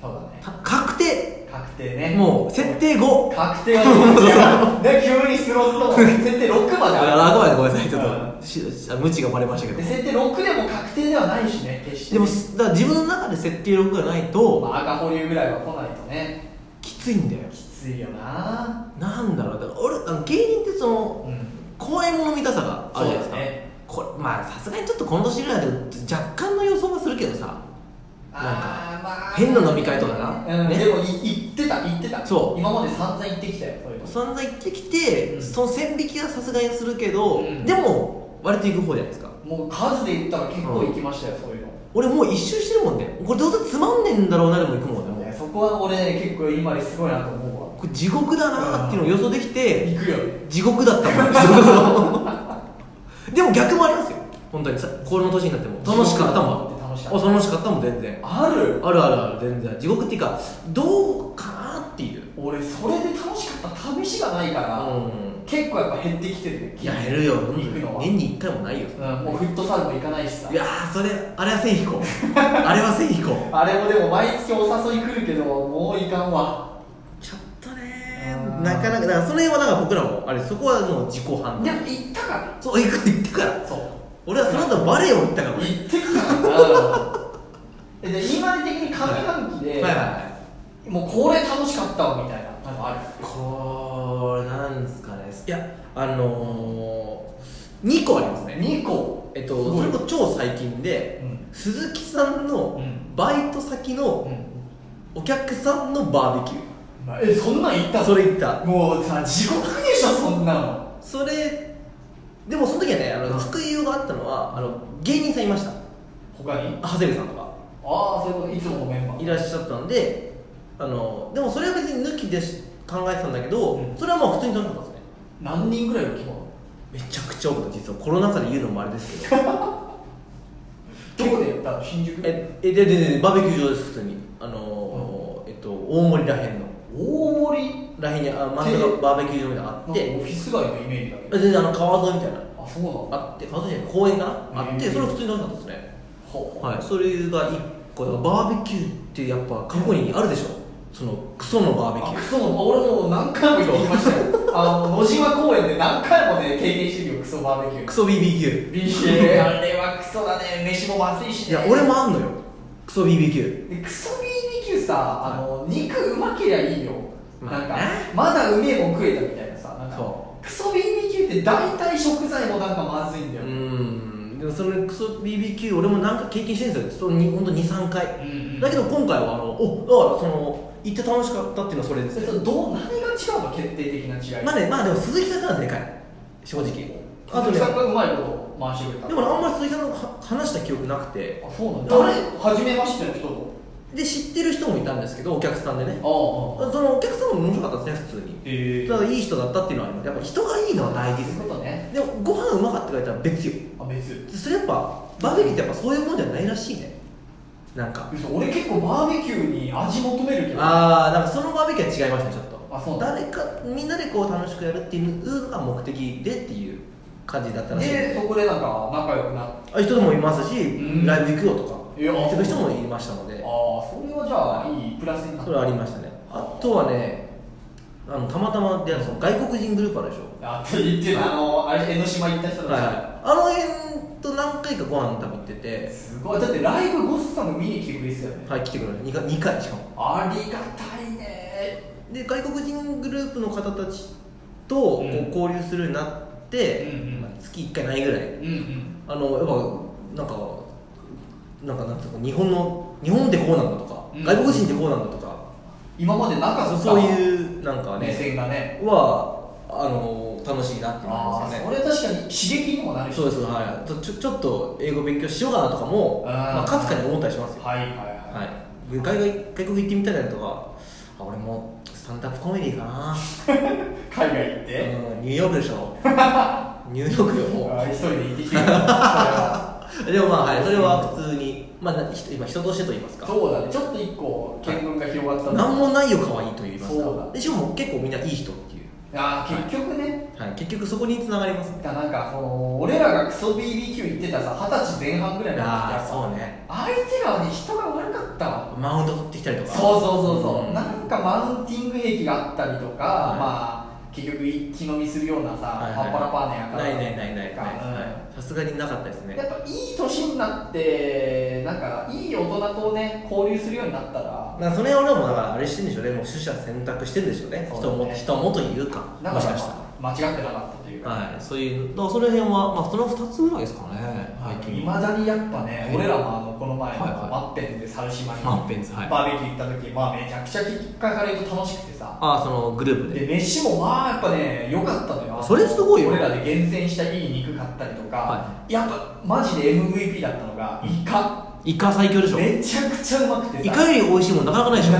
[SPEAKER 3] そうだね
[SPEAKER 4] た確定
[SPEAKER 3] 確定ね
[SPEAKER 4] もう設定後
[SPEAKER 3] 確 定はで急にスロットも設定6まで
[SPEAKER 4] あ
[SPEAKER 3] あ
[SPEAKER 4] あ
[SPEAKER 3] る
[SPEAKER 4] ごめんごめんなさいちょっとしあ無知がバレましたけど
[SPEAKER 3] で設定6でも確定ではないしね決して
[SPEAKER 4] でもすだから自分の中で設定録がないと
[SPEAKER 3] まあ、赤保留ぐらいは来ないとね
[SPEAKER 4] きついんだよ
[SPEAKER 3] きついよな
[SPEAKER 4] なんだろうだから俺あの芸人ってその
[SPEAKER 3] うん
[SPEAKER 4] 怖いもの見たさがあるじゃないです
[SPEAKER 3] そう
[SPEAKER 4] か
[SPEAKER 3] だね
[SPEAKER 4] これまあさすがにちょっとこの年ぐらいだと若干の予想はするけどさ
[SPEAKER 3] あーまあ
[SPEAKER 4] 変な飲み会とかな、
[SPEAKER 3] うん、
[SPEAKER 4] ね
[SPEAKER 3] でもい言ってた言ってた
[SPEAKER 4] そう
[SPEAKER 3] 今まで散々言ってきたよそういうの
[SPEAKER 4] 散々行ってきて、
[SPEAKER 3] うん
[SPEAKER 4] その線引きはさすがにするけど、
[SPEAKER 3] うん
[SPEAKER 4] でも割と行く方じゃないですか
[SPEAKER 3] もう数で言ったら結構行きましたよ、そういうの
[SPEAKER 4] 俺もう一周してるもんねこれどうせつまんねえんだろうなでも行くもんねも
[SPEAKER 3] いうやそこは俺ね結構今ですごいなと思う
[SPEAKER 4] こ
[SPEAKER 3] わ
[SPEAKER 4] れ地獄だなっていうのを予想できて
[SPEAKER 3] 行くよ
[SPEAKER 4] 地獄だったもんそうそう でも逆もありますよ本当にさこの年になっても楽しかったもん
[SPEAKER 3] 楽しかった
[SPEAKER 4] お楽しかったもん全然
[SPEAKER 3] ある
[SPEAKER 4] あるあるある全然地獄っていうかどうかなっていう
[SPEAKER 3] 俺それで楽しかった試しがないから、
[SPEAKER 4] う
[SPEAKER 3] 結構やっぱ減ってきてるね
[SPEAKER 4] んいや減るよ
[SPEAKER 3] 行くのは
[SPEAKER 4] 年に1回もないよ
[SPEAKER 3] うん、もうフットサルも行かないしさ
[SPEAKER 4] いやーそれあれは線引こう あれは線引こう
[SPEAKER 3] あれもでも毎月お誘い来るけどもういかんわ
[SPEAKER 4] ちょっとね
[SPEAKER 3] あー
[SPEAKER 4] なかなかだからその辺はだから僕らもあれそこはもう自己判
[SPEAKER 3] で
[SPEAKER 4] 断
[SPEAKER 3] も行ったか
[SPEAKER 4] そう行く行ってから
[SPEAKER 3] らそう
[SPEAKER 4] 俺はその後バレエを行ったから
[SPEAKER 3] 行
[SPEAKER 4] ね
[SPEAKER 3] ってきたからで今的に上半期で、
[SPEAKER 4] はいはいはい
[SPEAKER 3] もうこれ楽しかったわみたいなのある
[SPEAKER 4] これなんですかねいやあのー、2個ありますね
[SPEAKER 3] 2個
[SPEAKER 4] えっとそれも超最近で、
[SPEAKER 3] うん
[SPEAKER 4] 鈴木さんの
[SPEAKER 3] うん
[SPEAKER 4] バイト先のお客さんのバーベキュー、
[SPEAKER 3] えそんなん言ったの
[SPEAKER 4] それ行った
[SPEAKER 3] もうさ地獄でしょそんなの
[SPEAKER 4] それでもその時はねあの救いようがあったのはあの芸人さんいました
[SPEAKER 3] 他に
[SPEAKER 4] 長谷部さんとか
[SPEAKER 3] ああそういうこといつものメンバー
[SPEAKER 4] いらっしゃったんであのでもそれは別に抜きでし考えてたんだけど、
[SPEAKER 3] うん
[SPEAKER 4] それはまあ普通に楽しかったですね
[SPEAKER 3] 何人ぐらいの規模
[SPEAKER 4] めちゃくちゃ多かった実はコロナ禍で言うのもあれですけど
[SPEAKER 3] どこでやったの新宿
[SPEAKER 4] ええででででバーベキュー場です普通にあのー、えっと大森らへんの
[SPEAKER 3] 大森
[SPEAKER 4] らへんにあ真ん中
[SPEAKER 3] で
[SPEAKER 4] バーベキュー場みたいなのあ
[SPEAKER 3] な
[SPEAKER 4] っ
[SPEAKER 3] ん
[SPEAKER 4] て
[SPEAKER 3] かオフィス街のイメージだけど
[SPEAKER 4] 全然あの川沿いみたいなの
[SPEAKER 3] あそうなんだ
[SPEAKER 4] あって川沿いじゃない公園かなあっ
[SPEAKER 3] へ
[SPEAKER 4] て
[SPEAKER 3] ー
[SPEAKER 4] それは普通に楽しかったですね
[SPEAKER 3] ほ
[SPEAKER 4] はい、それが1個バーベキューってやっぱ過去にあるでしょそのクソのバーベ
[SPEAKER 3] あ
[SPEAKER 4] キュー
[SPEAKER 3] クソの俺もう何回も言ってき ましたよあの野島公園で何回もね経験してるよクソバーベキュー
[SPEAKER 4] クソ BBQ
[SPEAKER 3] ビあれはクソだね飯もまずいし
[SPEAKER 4] い
[SPEAKER 3] ね
[SPEAKER 4] や俺もあんのよクソ BBQ
[SPEAKER 3] でクソ BBQ さあの肉うまけりゃいいよ、
[SPEAKER 4] まあ
[SPEAKER 3] な
[SPEAKER 4] ね
[SPEAKER 3] んかまだうめえもん食えたみたいなさなんか
[SPEAKER 4] そ
[SPEAKER 3] クソ BBQ って大体食材もなんかまずいんだ
[SPEAKER 4] う
[SPEAKER 3] よ、
[SPEAKER 4] んでもそのクソ BBQ 俺もなんか経験してるんですよそのほんと23回、
[SPEAKER 3] うんうん
[SPEAKER 4] だけど今回はあのおだからその行って楽しかったっていうのはそれです
[SPEAKER 3] それとどう何が違うの決定的な違い
[SPEAKER 4] まあねまあでも鈴木さんからでかい正直あ
[SPEAKER 3] あ
[SPEAKER 4] と
[SPEAKER 3] と
[SPEAKER 4] ね
[SPEAKER 3] さんがうまいこと回してくれた
[SPEAKER 4] でもねあんまり鈴木さんとは話した記憶なくて
[SPEAKER 3] あそうなん
[SPEAKER 4] だ
[SPEAKER 3] だ誰初めましての人と
[SPEAKER 4] で知ってる人もいたんですけどお客さんでね
[SPEAKER 3] あ
[SPEAKER 4] そのお客さんも面白かったですね普通に
[SPEAKER 3] へ
[SPEAKER 4] ただいい人だったっていうのはありますやっぱ人がいいのは大事です
[SPEAKER 3] そういうことね
[SPEAKER 4] でもご飯うまかったか言ったら別よ
[SPEAKER 3] あ別
[SPEAKER 4] それやっぱバーベキューってやっぱそういうもんじゃないらしいねなんか
[SPEAKER 3] 嘘俺結構バーベキューに味求めるけど
[SPEAKER 4] ああなんかそのバーベキューは違いましたねちょっと
[SPEAKER 3] あそうなん
[SPEAKER 4] 誰かみんなでこう楽しくやるっていうのが目的でっていう感じだったらしい
[SPEAKER 3] でそこでなんか仲良くなっ
[SPEAKER 4] あ
[SPEAKER 3] て
[SPEAKER 4] 人もいますし、
[SPEAKER 3] うん
[SPEAKER 4] ライブ行くよとか
[SPEAKER 3] いや
[SPEAKER 4] 言ってく人もいましたので
[SPEAKER 3] ああそれはじゃあいいプラスにな
[SPEAKER 4] それはありましたねあとはねあのたまたま出会ったその外国人グループあるでしょ
[SPEAKER 3] あって言ってたあのあれ江ノ島行った人たち、
[SPEAKER 4] はい、あの辺と何回かご飯食べてて、
[SPEAKER 3] すごいだってライブゴスさんも見に来てくれてたよね、
[SPEAKER 4] はい、来てくれる2回 ,2 回しかも
[SPEAKER 3] ありがたいね
[SPEAKER 4] で外国人グループの方たちとこ
[SPEAKER 3] うん
[SPEAKER 4] う交流するようになって、
[SPEAKER 3] うんうん
[SPEAKER 4] まあ月1回ないぐらい
[SPEAKER 3] うんうん
[SPEAKER 4] あのやっぱなんかなんかなんつうか日本の日本ってこうなんだとか、
[SPEAKER 3] うん
[SPEAKER 4] 外国人ってこうなんだとか、
[SPEAKER 3] 今までなかっ
[SPEAKER 4] そ
[SPEAKER 3] た
[SPEAKER 4] うそう
[SPEAKER 3] う
[SPEAKER 4] いうなんか
[SPEAKER 3] 目
[SPEAKER 4] ね
[SPEAKER 3] 線がね
[SPEAKER 4] はあの楽しいなって思い
[SPEAKER 3] あ
[SPEAKER 4] ます
[SPEAKER 3] あ
[SPEAKER 4] よ
[SPEAKER 3] そ
[SPEAKER 4] ね
[SPEAKER 3] れ確かに刺激にもなるし
[SPEAKER 4] そうですはいちょちょちょっと英語勉強しようかなとかも
[SPEAKER 3] あー
[SPEAKER 4] まあ、かすかに思ったりしますよ
[SPEAKER 3] はいはいはい、
[SPEAKER 4] はい、外外外国行ってみたいなとかあ俺もスタンダップコメディかな、
[SPEAKER 3] 海外行って、
[SPEAKER 4] うん、ニューヨークでし ょニューヨークよも
[SPEAKER 3] ああ一人で行ってき てくれた
[SPEAKER 4] うでもまあ、はい、それは普通に、まあ、な人今人としてと言いますか
[SPEAKER 3] そうだねちょっと一個見聞が広がった
[SPEAKER 4] 何もないよ可愛いと言います
[SPEAKER 3] そう
[SPEAKER 4] か
[SPEAKER 3] だ
[SPEAKER 4] でしかも結構みんないい人っていう、
[SPEAKER 3] ああ結局ね、
[SPEAKER 4] はい、結局そこにつながります
[SPEAKER 3] だからなんかその俺らがクソ BBQ 行ってたさ二十歳前半ぐらいの時
[SPEAKER 4] ああ
[SPEAKER 3] さ
[SPEAKER 4] そうね
[SPEAKER 3] 相手がね人が悪かったわ
[SPEAKER 4] マウント取ってきたりとか
[SPEAKER 3] そうそうそうそう、
[SPEAKER 4] ん
[SPEAKER 3] なんかマウンティング兵器があったりとか、
[SPEAKER 4] はい
[SPEAKER 3] まあ結局一気飲みするようなさ、
[SPEAKER 4] はい
[SPEAKER 3] パ
[SPEAKER 4] はい
[SPEAKER 3] ッパラパーネやから
[SPEAKER 4] ないないないない
[SPEAKER 3] か
[SPEAKER 4] ない
[SPEAKER 3] うん
[SPEAKER 4] はいさすがになかったですね
[SPEAKER 3] やっぱいい年になってなんかいい大人とね交流するようになったら
[SPEAKER 4] まあ、それは俺もだからあれしてるんでしょうねもう取捨選択してるんでしょうね
[SPEAKER 3] そうだ
[SPEAKER 4] 人
[SPEAKER 3] ね
[SPEAKER 4] も人もというか
[SPEAKER 3] なん
[SPEAKER 4] も
[SPEAKER 3] か
[SPEAKER 4] しかした
[SPEAKER 3] 間違ってなかったという
[SPEAKER 4] ら
[SPEAKER 3] か、
[SPEAKER 4] はいそういうだからその辺はまあその2つぐらいですかね最
[SPEAKER 3] い
[SPEAKER 4] 近
[SPEAKER 3] まだにやっぱね、
[SPEAKER 4] はい
[SPEAKER 3] 俺らもあのこの前の
[SPEAKER 4] はいはい
[SPEAKER 3] マッペンで猿島に、
[SPEAKER 4] マッペンズはい
[SPEAKER 3] バーベキュー行った時、まあ、めちゃくちゃきっかかれると楽しくてさ
[SPEAKER 4] ああそのグループ
[SPEAKER 3] で
[SPEAKER 4] で
[SPEAKER 3] 飯もまあやっぱね良かったのよ
[SPEAKER 4] それすごいよ
[SPEAKER 3] 俺らで厳選したいい肉買ったりとか、
[SPEAKER 4] は
[SPEAKER 3] やっぱマジで MVP だったのがイカ
[SPEAKER 4] イカ最強でしょ
[SPEAKER 3] めちゃくちゃうまくてさ
[SPEAKER 4] イカより美味しいもんなかなかないでしょ
[SPEAKER 3] な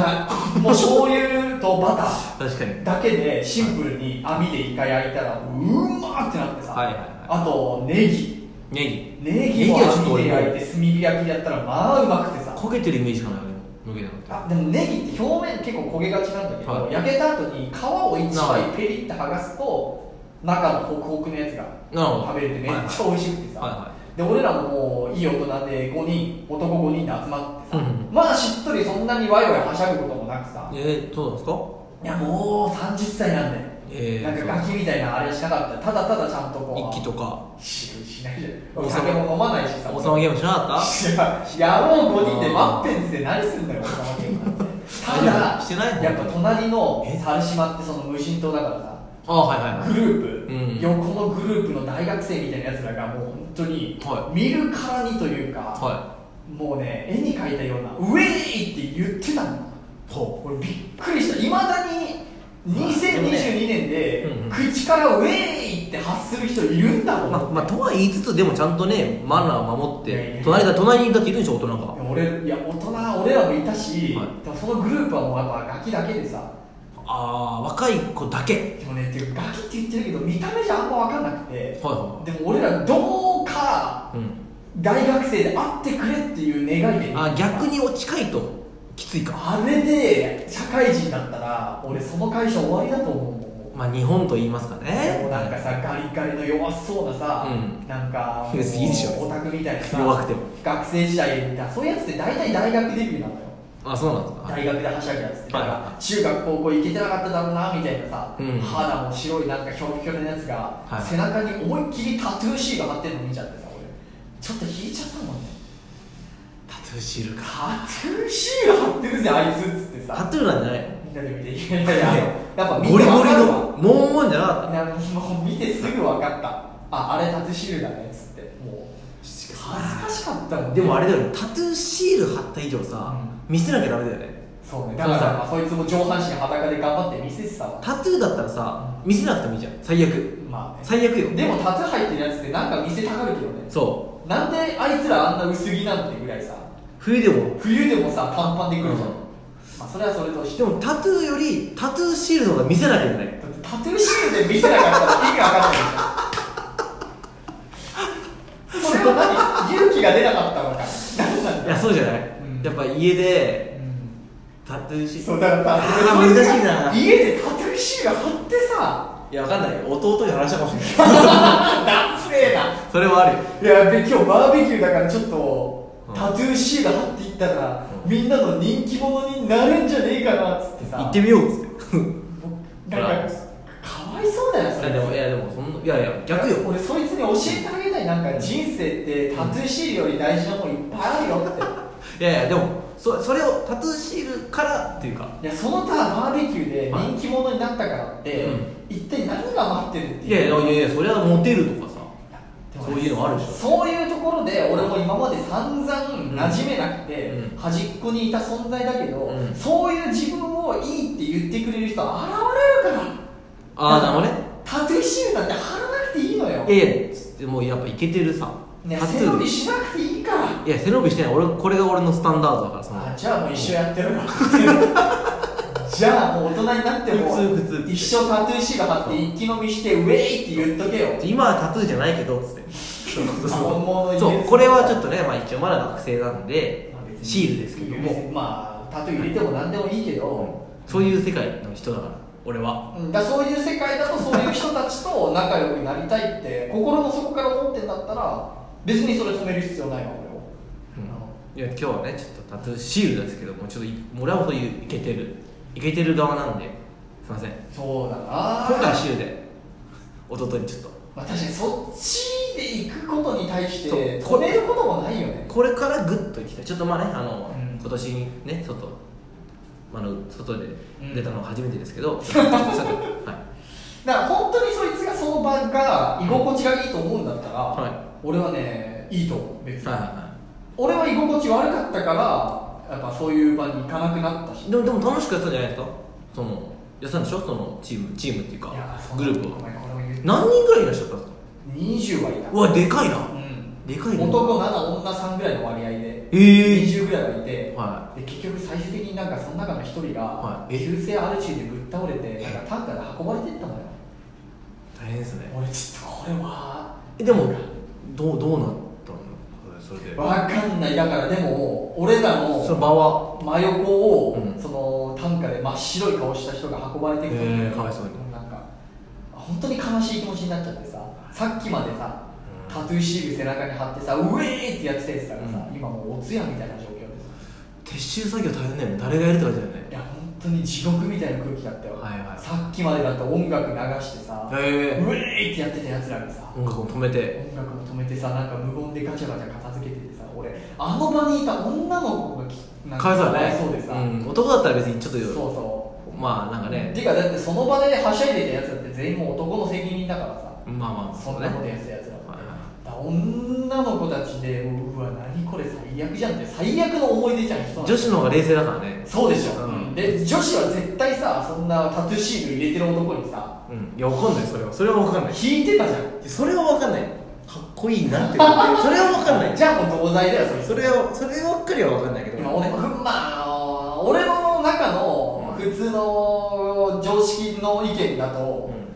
[SPEAKER 3] いもう醤油とバター
[SPEAKER 4] 確かに
[SPEAKER 3] だけでシンプルに網でイカ焼いたらうまーってなってさ、
[SPEAKER 4] はいはいはい
[SPEAKER 3] あとネギ
[SPEAKER 4] ネギ
[SPEAKER 3] ネギも
[SPEAKER 4] ネギはちょっと
[SPEAKER 3] 網
[SPEAKER 4] 俺
[SPEAKER 3] で
[SPEAKER 4] も
[SPEAKER 3] 焼いて炭火焼きでやったらまあうまくてさ
[SPEAKER 4] 焦げてるイメージしかない俺も無限だって
[SPEAKER 3] あでもネギって表面結構焦げがちなんだけど、
[SPEAKER 4] はい
[SPEAKER 3] 焼けた後に皮を一
[SPEAKER 4] は
[SPEAKER 3] 枚ペリッて剥がすと中のホクホクのやつが
[SPEAKER 4] なるほど
[SPEAKER 3] 食べれてめっちゃ美味しくてさ、
[SPEAKER 4] はいは
[SPEAKER 3] で俺らももういい大人で5人男5人で集まってさ、
[SPEAKER 4] うん
[SPEAKER 3] まあしっとりそんなにワイワイはしゃぐこともなくさ、
[SPEAKER 4] えー、そうなんですか
[SPEAKER 3] いやもう30歳なんで、
[SPEAKER 4] えー
[SPEAKER 3] なんかガキみたいなあれしなかったただただちゃんとこう
[SPEAKER 4] 一気とか
[SPEAKER 3] ししないじゃん
[SPEAKER 4] 王様
[SPEAKER 3] お酒も飲まないしさ
[SPEAKER 4] 王様ゲームしなかっ
[SPEAKER 3] いやもう5人でマッペンズで何すんだよ、このゲームなんてただ、
[SPEAKER 4] してないの
[SPEAKER 3] やっぱ隣の猿島ってその無人島だからさ、
[SPEAKER 4] あはいはいはい
[SPEAKER 3] グルー
[SPEAKER 4] うん
[SPEAKER 3] プ、横のグループの大学生みたいなやつらがもう本当に
[SPEAKER 4] は
[SPEAKER 3] 見るからにというか、
[SPEAKER 4] は
[SPEAKER 3] もうね絵に描いたような「ウェイ!」って言ってたの
[SPEAKER 4] ほ
[SPEAKER 3] 俺びっくりしたいまだに2022年で
[SPEAKER 4] うんうん
[SPEAKER 3] 口から「ウェイ!」って発する人いるんだもん、
[SPEAKER 4] まあまあとは言いつつでもちゃんとねマナー守っ
[SPEAKER 3] いやい
[SPEAKER 4] て
[SPEAKER 3] やいや
[SPEAKER 4] 隣だ隣にだっているでしょ大人が
[SPEAKER 3] いや俺いや大人俺らもいたし、
[SPEAKER 4] はい
[SPEAKER 3] でもそのグループはもうやっぱガキだけでさ
[SPEAKER 4] ああ若い子だけ
[SPEAKER 3] でもねてかガキって言ってるけど見た目じゃあんま分かんなくて
[SPEAKER 4] はいは
[SPEAKER 3] でも俺らどうか
[SPEAKER 4] い、うん、
[SPEAKER 3] 大学生で会ってくれっていう願いで
[SPEAKER 4] あ逆にお近いときついか
[SPEAKER 3] あれで社会人だったら俺その会社終わりだと思うもん
[SPEAKER 4] まあ日本と言いますかね
[SPEAKER 3] もうなんかさガリガリの弱そうなさ、
[SPEAKER 4] う
[SPEAKER 3] なんか
[SPEAKER 4] いやいいでしょ
[SPEAKER 3] オタクみたいなさ
[SPEAKER 4] 弱くても
[SPEAKER 3] 学生時代みたいなそういうやつって大体大学デビューなのよ
[SPEAKER 4] あそうなんですか
[SPEAKER 3] 大学ではしゃぐやつってだ
[SPEAKER 4] はい
[SPEAKER 3] から中学高校行けてなかっただろうなみたいなさ、
[SPEAKER 4] うん
[SPEAKER 3] 肌も白いなんかひょろひょろのやつが、
[SPEAKER 4] はい
[SPEAKER 3] 背中に思いっきりタトゥーシール貼ってるの見ちゃってさ俺ちょっと引いちゃったもんね
[SPEAKER 4] タトゥーシールか
[SPEAKER 3] タトゥーシール貼ってるぜあいつっつって
[SPEAKER 4] タ
[SPEAKER 3] さ
[SPEAKER 4] トゥーなんじゃない
[SPEAKER 3] みんなで見ていやいやいややっぱ見て
[SPEAKER 4] ゴリゴ
[SPEAKER 3] わ
[SPEAKER 4] リ
[SPEAKER 3] かるわ
[SPEAKER 4] のモンモンじゃなかった
[SPEAKER 3] いやもう見てすぐ分かったああれタトゥーシールだねっつってもう恥ずかしかったもん、
[SPEAKER 4] でもあれだよねタトゥーシール貼った以上さ、見せなきゃダメだよね
[SPEAKER 3] そうねだから
[SPEAKER 4] そうそう
[SPEAKER 3] まあそいつも上半身裸で頑張って見せてたわ
[SPEAKER 4] タトゥーだったらさ見せなくてもいいじゃん最悪
[SPEAKER 3] まあね
[SPEAKER 4] 最悪よ
[SPEAKER 3] でもタトゥー入ってるやつってなんか見せたがるけどね
[SPEAKER 4] そう
[SPEAKER 3] なんであいつらあんな薄着なんてぐらいさ
[SPEAKER 4] 冬でも
[SPEAKER 3] 冬でもさ短パンで来るじゃん、
[SPEAKER 4] うん
[SPEAKER 3] まあそれはそれとし
[SPEAKER 4] で
[SPEAKER 3] て
[SPEAKER 4] もタトゥーよりタトゥーシールの方が見せなきゃいけない
[SPEAKER 3] だってタトゥーシールで見せなかったら意味わかんないじゃんそれは何勇気が出なかったのか何なんだ
[SPEAKER 4] いやそうじゃない、
[SPEAKER 3] うん
[SPEAKER 4] やっぱ家でタトゥーシー
[SPEAKER 3] そ
[SPEAKER 4] ル
[SPEAKER 3] うだからさ
[SPEAKER 4] あー難しいな
[SPEAKER 3] 家でタトゥーシール貼ってさ
[SPEAKER 4] いやわかんないよ弟に話したかもしれない
[SPEAKER 3] ダセえな
[SPEAKER 4] それはあるよ
[SPEAKER 3] いやべ今日バーベキューだからちょっと
[SPEAKER 4] うん
[SPEAKER 3] タトゥーシール貼っていったら、
[SPEAKER 4] うん
[SPEAKER 3] みんなの人気者になれんじゃねえかなっつってさ
[SPEAKER 4] 行ってみようっつって
[SPEAKER 3] なんか
[SPEAKER 4] ほら
[SPEAKER 3] かわいそうだよそ
[SPEAKER 4] いや
[SPEAKER 3] れ
[SPEAKER 4] でもいやでもそんないやいや逆よ
[SPEAKER 3] 俺そいつに教えてあげたいなんか人生ってタトゥーシールより大事なもんいっぱいあるよって
[SPEAKER 4] いやいやでもそそれをタトゥーシールからっていうか
[SPEAKER 3] いやその他バーベキューで人気者になったからって、
[SPEAKER 4] うん
[SPEAKER 3] 一体何が待ってるってい
[SPEAKER 4] い
[SPEAKER 3] う
[SPEAKER 4] やいやいやいやそれはモテるとかさ
[SPEAKER 3] でも
[SPEAKER 4] そう
[SPEAKER 3] ね
[SPEAKER 4] いうのあるでしょ
[SPEAKER 3] そういうところで俺も今まで散々馴染めなくて、
[SPEAKER 4] うん
[SPEAKER 3] 端っこにいた存在だけど、
[SPEAKER 4] うん
[SPEAKER 3] そういう自分をいいって言ってくれる人は現れるから
[SPEAKER 4] ああなるほどね
[SPEAKER 3] タトゥーシールなんて貼らなくていいのよ
[SPEAKER 4] いやいやつってもうやっぱイケてるさ
[SPEAKER 3] ね
[SPEAKER 4] タト
[SPEAKER 3] 背伸
[SPEAKER 4] ゥ
[SPEAKER 3] び
[SPEAKER 4] ー
[SPEAKER 3] しなくていいから
[SPEAKER 4] いや背伸びしてない俺これが俺のスタンダードだからその
[SPEAKER 3] あじゃあもう一生やってるわ じゃあもう大人になっても
[SPEAKER 4] 普通普通
[SPEAKER 3] 一生タトゥーシール貼って一気飲みしてウェイって言っとけよ
[SPEAKER 4] 今はタトゥーじゃないけどっつって そうそう
[SPEAKER 3] あ本物
[SPEAKER 4] そう
[SPEAKER 3] に
[SPEAKER 4] そうこれはちょっとね、まあ、一応まだ学生なんで
[SPEAKER 3] まあ別に
[SPEAKER 4] シールですけども
[SPEAKER 3] まあタトゥー入れても何でもいいけど、
[SPEAKER 4] そういう世界の人だから俺は
[SPEAKER 3] うんだからそういう世界だとそういう人たちと仲良くなりたいって心の底から思ってんだったら別にそれ止める必要ないわ俺は、
[SPEAKER 4] いや今日はねちょっとタトゥーシールですけどもちょっとい俺はそういうイケてるイケてる側なんですいません
[SPEAKER 3] そうだな
[SPEAKER 4] 今回はシールで弟にちょっと
[SPEAKER 3] まあ、確かにそっちで行くことに対して
[SPEAKER 4] そう
[SPEAKER 3] 止めることもないよね
[SPEAKER 4] これからグッといきたいちょっとまあねあの、
[SPEAKER 3] うん
[SPEAKER 4] 今年ね外あの外で
[SPEAKER 3] うん
[SPEAKER 4] 出たのは初めてですけど、 ちょっとは
[SPEAKER 3] だから本当にそいつがその場が居心地がいいと思うんだったら、
[SPEAKER 4] は
[SPEAKER 3] 俺はねいいと思う別
[SPEAKER 4] い、はい
[SPEAKER 3] に、
[SPEAKER 4] は
[SPEAKER 3] 俺は居心地悪かったからやっぱそういう場に行かなくなったし
[SPEAKER 4] いでもでも楽しくやってたんじゃないですかそのやってたんでしょそのチームチームっていうか
[SPEAKER 3] いやそん
[SPEAKER 4] グ
[SPEAKER 3] な
[SPEAKER 4] ループ
[SPEAKER 3] ご
[SPEAKER 4] を
[SPEAKER 3] めんこれも言う
[SPEAKER 4] 何人ぐらいいらっしゃったんですか
[SPEAKER 3] 20はいた
[SPEAKER 4] うわでかいな
[SPEAKER 3] うん
[SPEAKER 4] でかいね
[SPEAKER 3] 男7女3ぐらいの割合で、
[SPEAKER 4] えー
[SPEAKER 3] 20ぐらいはいて、
[SPEAKER 4] は
[SPEAKER 3] で結局最終的になんかその中の一人が
[SPEAKER 4] はいえ
[SPEAKER 3] 急性アルチューでぶっ倒れてなんかタンカーで運ばれてったのよ
[SPEAKER 4] 大変ですね
[SPEAKER 3] 俺ちょっとこれは
[SPEAKER 4] えでもどうどうなったのそれで
[SPEAKER 3] 分かんないだからでも俺らの
[SPEAKER 4] その場は
[SPEAKER 3] 真横を、
[SPEAKER 4] うん
[SPEAKER 3] その担架で真っ白い顔した人が運ばれてきて、
[SPEAKER 4] へーかわいそうに
[SPEAKER 3] なんか本当に悲しい気持ちになっちゃってささっきまでさ
[SPEAKER 4] うん
[SPEAKER 3] タトゥーシール背中に貼ってさウェーってやってたやつだからさ、
[SPEAKER 4] うん
[SPEAKER 3] 今もうお通夜みたいな状況でさ
[SPEAKER 4] 撤収作業大変だよね誰がやるって感じだよね
[SPEAKER 3] いや本当に地獄みたいな空気だったよ、
[SPEAKER 4] はいはい
[SPEAKER 3] さっきまでだった音楽流してさ、
[SPEAKER 4] へえ
[SPEAKER 3] ウェーってやってたやつらがさ、
[SPEAKER 4] 音楽を止めて
[SPEAKER 3] 音楽も止めてさなんか無言でガチャガチャ片付けててさ俺あの場にいた女の子がきなん
[SPEAKER 4] かわいそうだね
[SPEAKER 3] かわいそうでさ、
[SPEAKER 4] うん、男だったら別にちょっと
[SPEAKER 3] そうそう
[SPEAKER 4] まあなんかね
[SPEAKER 3] ていうかだってその場ではしゃいでたやつだって全員もう男の責任だからさ
[SPEAKER 4] まあまあ
[SPEAKER 3] そんなことやったやつらもね
[SPEAKER 4] はいはい
[SPEAKER 3] だから女の子たちでもううわ何これ最悪じゃんって最悪の思い出じゃん人の
[SPEAKER 4] 女子の方が冷静だからね
[SPEAKER 3] そうでしょ、
[SPEAKER 4] うん
[SPEAKER 3] で女子は絶対さそんなタトゥーシール入れてる男にさ
[SPEAKER 4] うんいやわかんないそれはそれはわかんない
[SPEAKER 3] 引いてたじゃん
[SPEAKER 4] それはわかんないかっこいいなって思 ってそれはわかんない
[SPEAKER 3] じゃあもう同罪だよそ
[SPEAKER 4] そ
[SPEAKER 3] れ
[SPEAKER 4] れはそればっかりはわかんないけ
[SPEAKER 3] でも
[SPEAKER 4] ど
[SPEAKER 3] 俺ふまあ俺の中の普通の常識の意見だと、
[SPEAKER 4] うん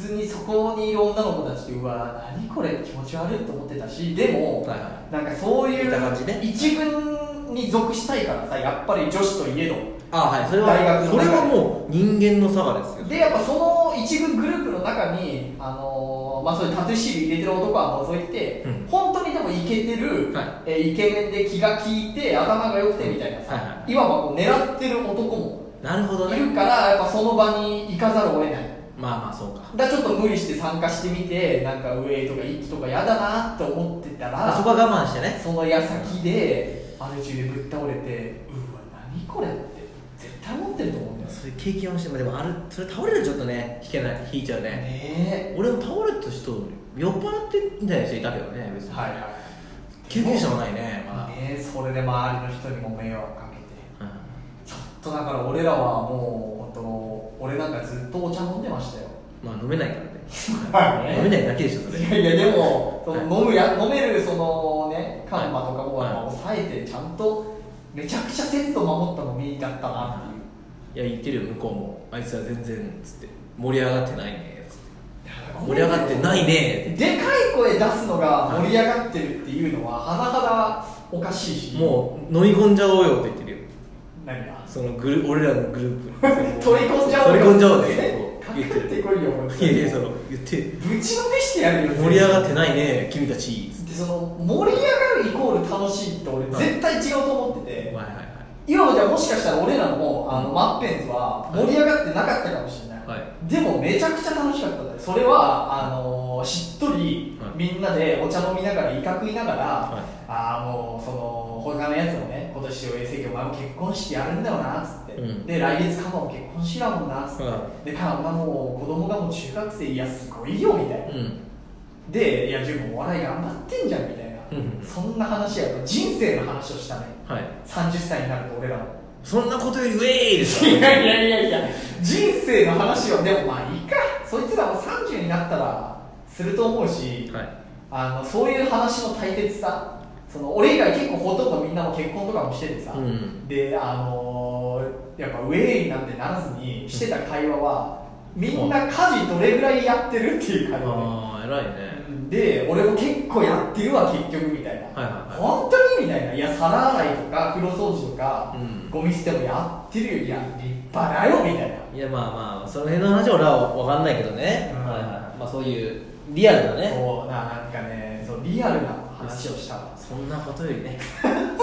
[SPEAKER 3] 普通にそこにいる女の子たちってうわ何これ気持ち悪いと思ってたしでも、
[SPEAKER 4] はいは
[SPEAKER 3] なんかそうい
[SPEAKER 4] 見
[SPEAKER 3] う
[SPEAKER 4] た感じね
[SPEAKER 3] 一軍に属したいからさやっぱり女子といえど
[SPEAKER 4] あはいそれ
[SPEAKER 3] 大学
[SPEAKER 4] は
[SPEAKER 3] の
[SPEAKER 4] そ
[SPEAKER 3] 中
[SPEAKER 4] れ
[SPEAKER 3] で
[SPEAKER 4] はもう人間の差がですよ
[SPEAKER 3] でやっぱその一軍グループの中にあのーまあそういうタトゥーシール入れてる男は除いて、
[SPEAKER 4] うん
[SPEAKER 3] 本当にでもイケてる、
[SPEAKER 4] はい
[SPEAKER 3] えーイケメンで気が利いて頭が良くてみたいなさ、
[SPEAKER 4] はいはい
[SPEAKER 3] わばこう狙ってる男も
[SPEAKER 4] なるほど
[SPEAKER 3] い
[SPEAKER 4] ね
[SPEAKER 3] るからやっぱその場に行かざるを得ない
[SPEAKER 4] まあまあそうか
[SPEAKER 3] だからちょっと無理して参加してみてなんか上とか一気とか嫌だなって思ってたら
[SPEAKER 4] そこは我慢してね
[SPEAKER 3] その矢先でアル中でぶっ倒れてうわ何これって絶対思ってると思うんだよね
[SPEAKER 4] そういう経験をしてもでもあるそれ倒れるとちょっとね引けない引いちゃうね
[SPEAKER 3] ね
[SPEAKER 4] 俺も倒れた人酔っ払ってみたいな人いたけどね別
[SPEAKER 3] え
[SPEAKER 4] に、
[SPEAKER 3] はいはい
[SPEAKER 4] 経験者はないねまだ、
[SPEAKER 3] ねえそれで周りの人にも迷惑かけて
[SPEAKER 4] う
[SPEAKER 3] ちょっとだから俺らはもう本当俺なんかずっとお茶飲んでましたよ
[SPEAKER 4] んまあ飲めないからね、
[SPEAKER 3] はい
[SPEAKER 4] 飲めないだけでしょそれ
[SPEAKER 3] いやいやでもそ
[SPEAKER 4] はい
[SPEAKER 3] の飲むや飲めるそのねカンマとかも
[SPEAKER 4] はい
[SPEAKER 3] あの抑えてちゃんとめちゃくちゃセット守ったの見だったなっていう
[SPEAKER 4] いや言ってるよ向こうもあいつは全然つって盛り上がってないねつって盛り上がってないね
[SPEAKER 3] でかい声出すのが盛り上がってるっていうのは甚だおかしいし
[SPEAKER 4] もう飲み込んじゃおうよって言ってるよ
[SPEAKER 3] う何が
[SPEAKER 4] そのグル俺らのグループ に
[SPEAKER 3] 取り込んじゃおう
[SPEAKER 4] 取
[SPEAKER 3] よ
[SPEAKER 4] り込んじゃおうねそ
[SPEAKER 3] か
[SPEAKER 4] う言って
[SPEAKER 3] かって
[SPEAKER 4] る
[SPEAKER 3] こいよこ
[SPEAKER 4] いやいやその言って
[SPEAKER 3] ぶちのめしてやるよ
[SPEAKER 4] 盛り上がってないね君たちつっ
[SPEAKER 3] でその盛り上がるイコール楽しいって俺絶対違うと思って
[SPEAKER 4] て
[SPEAKER 3] て
[SPEAKER 4] はいはいは
[SPEAKER 3] 今もじゃあもしかしたら俺らもあのマッペンズは盛り上がってなかったかもしれない、
[SPEAKER 4] は
[SPEAKER 3] でもめちゃくちゃ楽しかったねそれはあのーしっとり
[SPEAKER 4] はい
[SPEAKER 3] みんなでお茶飲みながら威嚇いながら、
[SPEAKER 4] い
[SPEAKER 3] ああもうその他のやつもね今年衛生お前も結婚式やるんだよなっつって、
[SPEAKER 4] うん
[SPEAKER 3] で来月カマも結婚式だもんなっつって、
[SPEAKER 4] は
[SPEAKER 3] でカマもう子供がもう中学生いやすごいよみたいな、
[SPEAKER 4] いうん
[SPEAKER 3] で、いや、自分お笑い頑張ってんじゃんみたいな、
[SPEAKER 4] うん
[SPEAKER 3] そんな話やと人生の話をしたね、
[SPEAKER 4] はい
[SPEAKER 3] 30歳になると俺らも。
[SPEAKER 4] そんなことよりウェーイです
[SPEAKER 3] いやいやいやいや、人生の話は、でもまあいいか、そいつらも30になったらすると思うし、
[SPEAKER 4] はい
[SPEAKER 3] あのそういう話の大切さ、その俺以外、結構ほとんどみんなも結婚とかもしててさ、
[SPEAKER 4] うん
[SPEAKER 3] で、あのーやっぱウェイなんてならずにしてた会話は、みんな家事どれぐらいやってるっていう会話で。
[SPEAKER 4] ああ偉いね
[SPEAKER 3] で俺も結構やってるわ結局みたいな、
[SPEAKER 4] はいはいはい
[SPEAKER 3] 本当にみたいないや皿洗いとか風呂掃除とか、
[SPEAKER 4] うん
[SPEAKER 3] ゴミ捨てもやってるよいや立派だよみたいない
[SPEAKER 4] やまあまあその辺の話は俺は分かんないけどね、
[SPEAKER 3] うん
[SPEAKER 4] はいはいまあそういうリアルなね
[SPEAKER 3] そうななんかねそうリアルな話をしたわ
[SPEAKER 4] そんなことより ね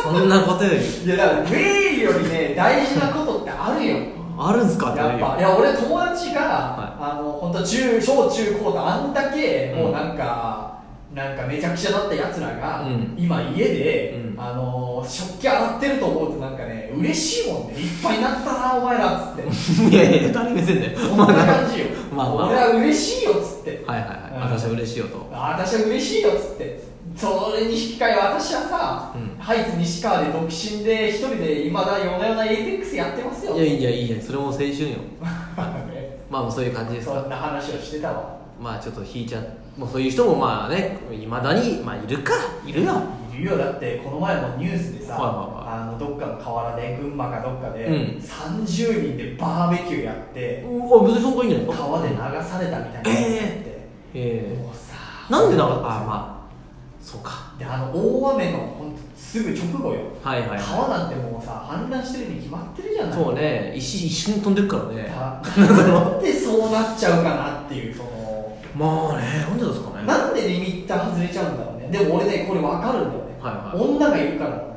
[SPEAKER 4] そんなことより
[SPEAKER 3] いやだからウェイよりね大事なことってあるよ
[SPEAKER 4] あるんすかって
[SPEAKER 3] やっぱいや俺友達が、あの本当中小中高とあんだけ、
[SPEAKER 4] うん
[SPEAKER 3] もうなんかなんかめちゃくちゃだったやつらが、
[SPEAKER 4] うん
[SPEAKER 3] 今家で、
[SPEAKER 4] うん
[SPEAKER 3] あの食器洗ってると思うとなんかね嬉しいもんねいっぱいになったなお前らっつって
[SPEAKER 4] いやいや誰目線だよ
[SPEAKER 3] そんな感じよ
[SPEAKER 4] まあまあ
[SPEAKER 3] 俺は嬉しいよっつって
[SPEAKER 4] はいはいはい、私は嬉しいよと
[SPEAKER 3] あ私は嬉しいよっつってそれに引き換え私はさ、
[SPEAKER 4] うん
[SPEAKER 3] ハイツ西川で独身で一人でいまだ夜な夜な ATEX やってますよ
[SPEAKER 4] いやいやいやいやそれも青春よまあもうそういう感じです
[SPEAKER 3] そ
[SPEAKER 4] か
[SPEAKER 3] んな話をしてたわ
[SPEAKER 4] まあちょっと引いちゃもうそういう人もまあねいまだにまあいるかいるよ
[SPEAKER 3] いるよだってこの前もニュースでさ、
[SPEAKER 4] はいは
[SPEAKER 3] あのどっかの河原で群馬かどっかで、
[SPEAKER 4] うん
[SPEAKER 3] 30人でバーベキューやって
[SPEAKER 4] うわ別にそこいいんじゃないですか
[SPEAKER 3] 川で流されたみたいなやつやって、
[SPEAKER 4] え
[SPEAKER 3] もうさ
[SPEAKER 4] えなんでなかったあまあそうか
[SPEAKER 3] であの大雨のほんとすぐ直後よ、
[SPEAKER 4] はいはいはい
[SPEAKER 3] 川なんてもうさ氾濫してるに決まってるじゃない
[SPEAKER 4] そうね石一瞬飛んでるからね
[SPEAKER 3] だなんでそうなっちゃうかなっていうその
[SPEAKER 4] まあねなんでですかね
[SPEAKER 3] なんでリミッター外れちゃうんだろうねでも俺ねこれ分かるんだよね、
[SPEAKER 4] はいはい
[SPEAKER 3] 女がいるからなんだよ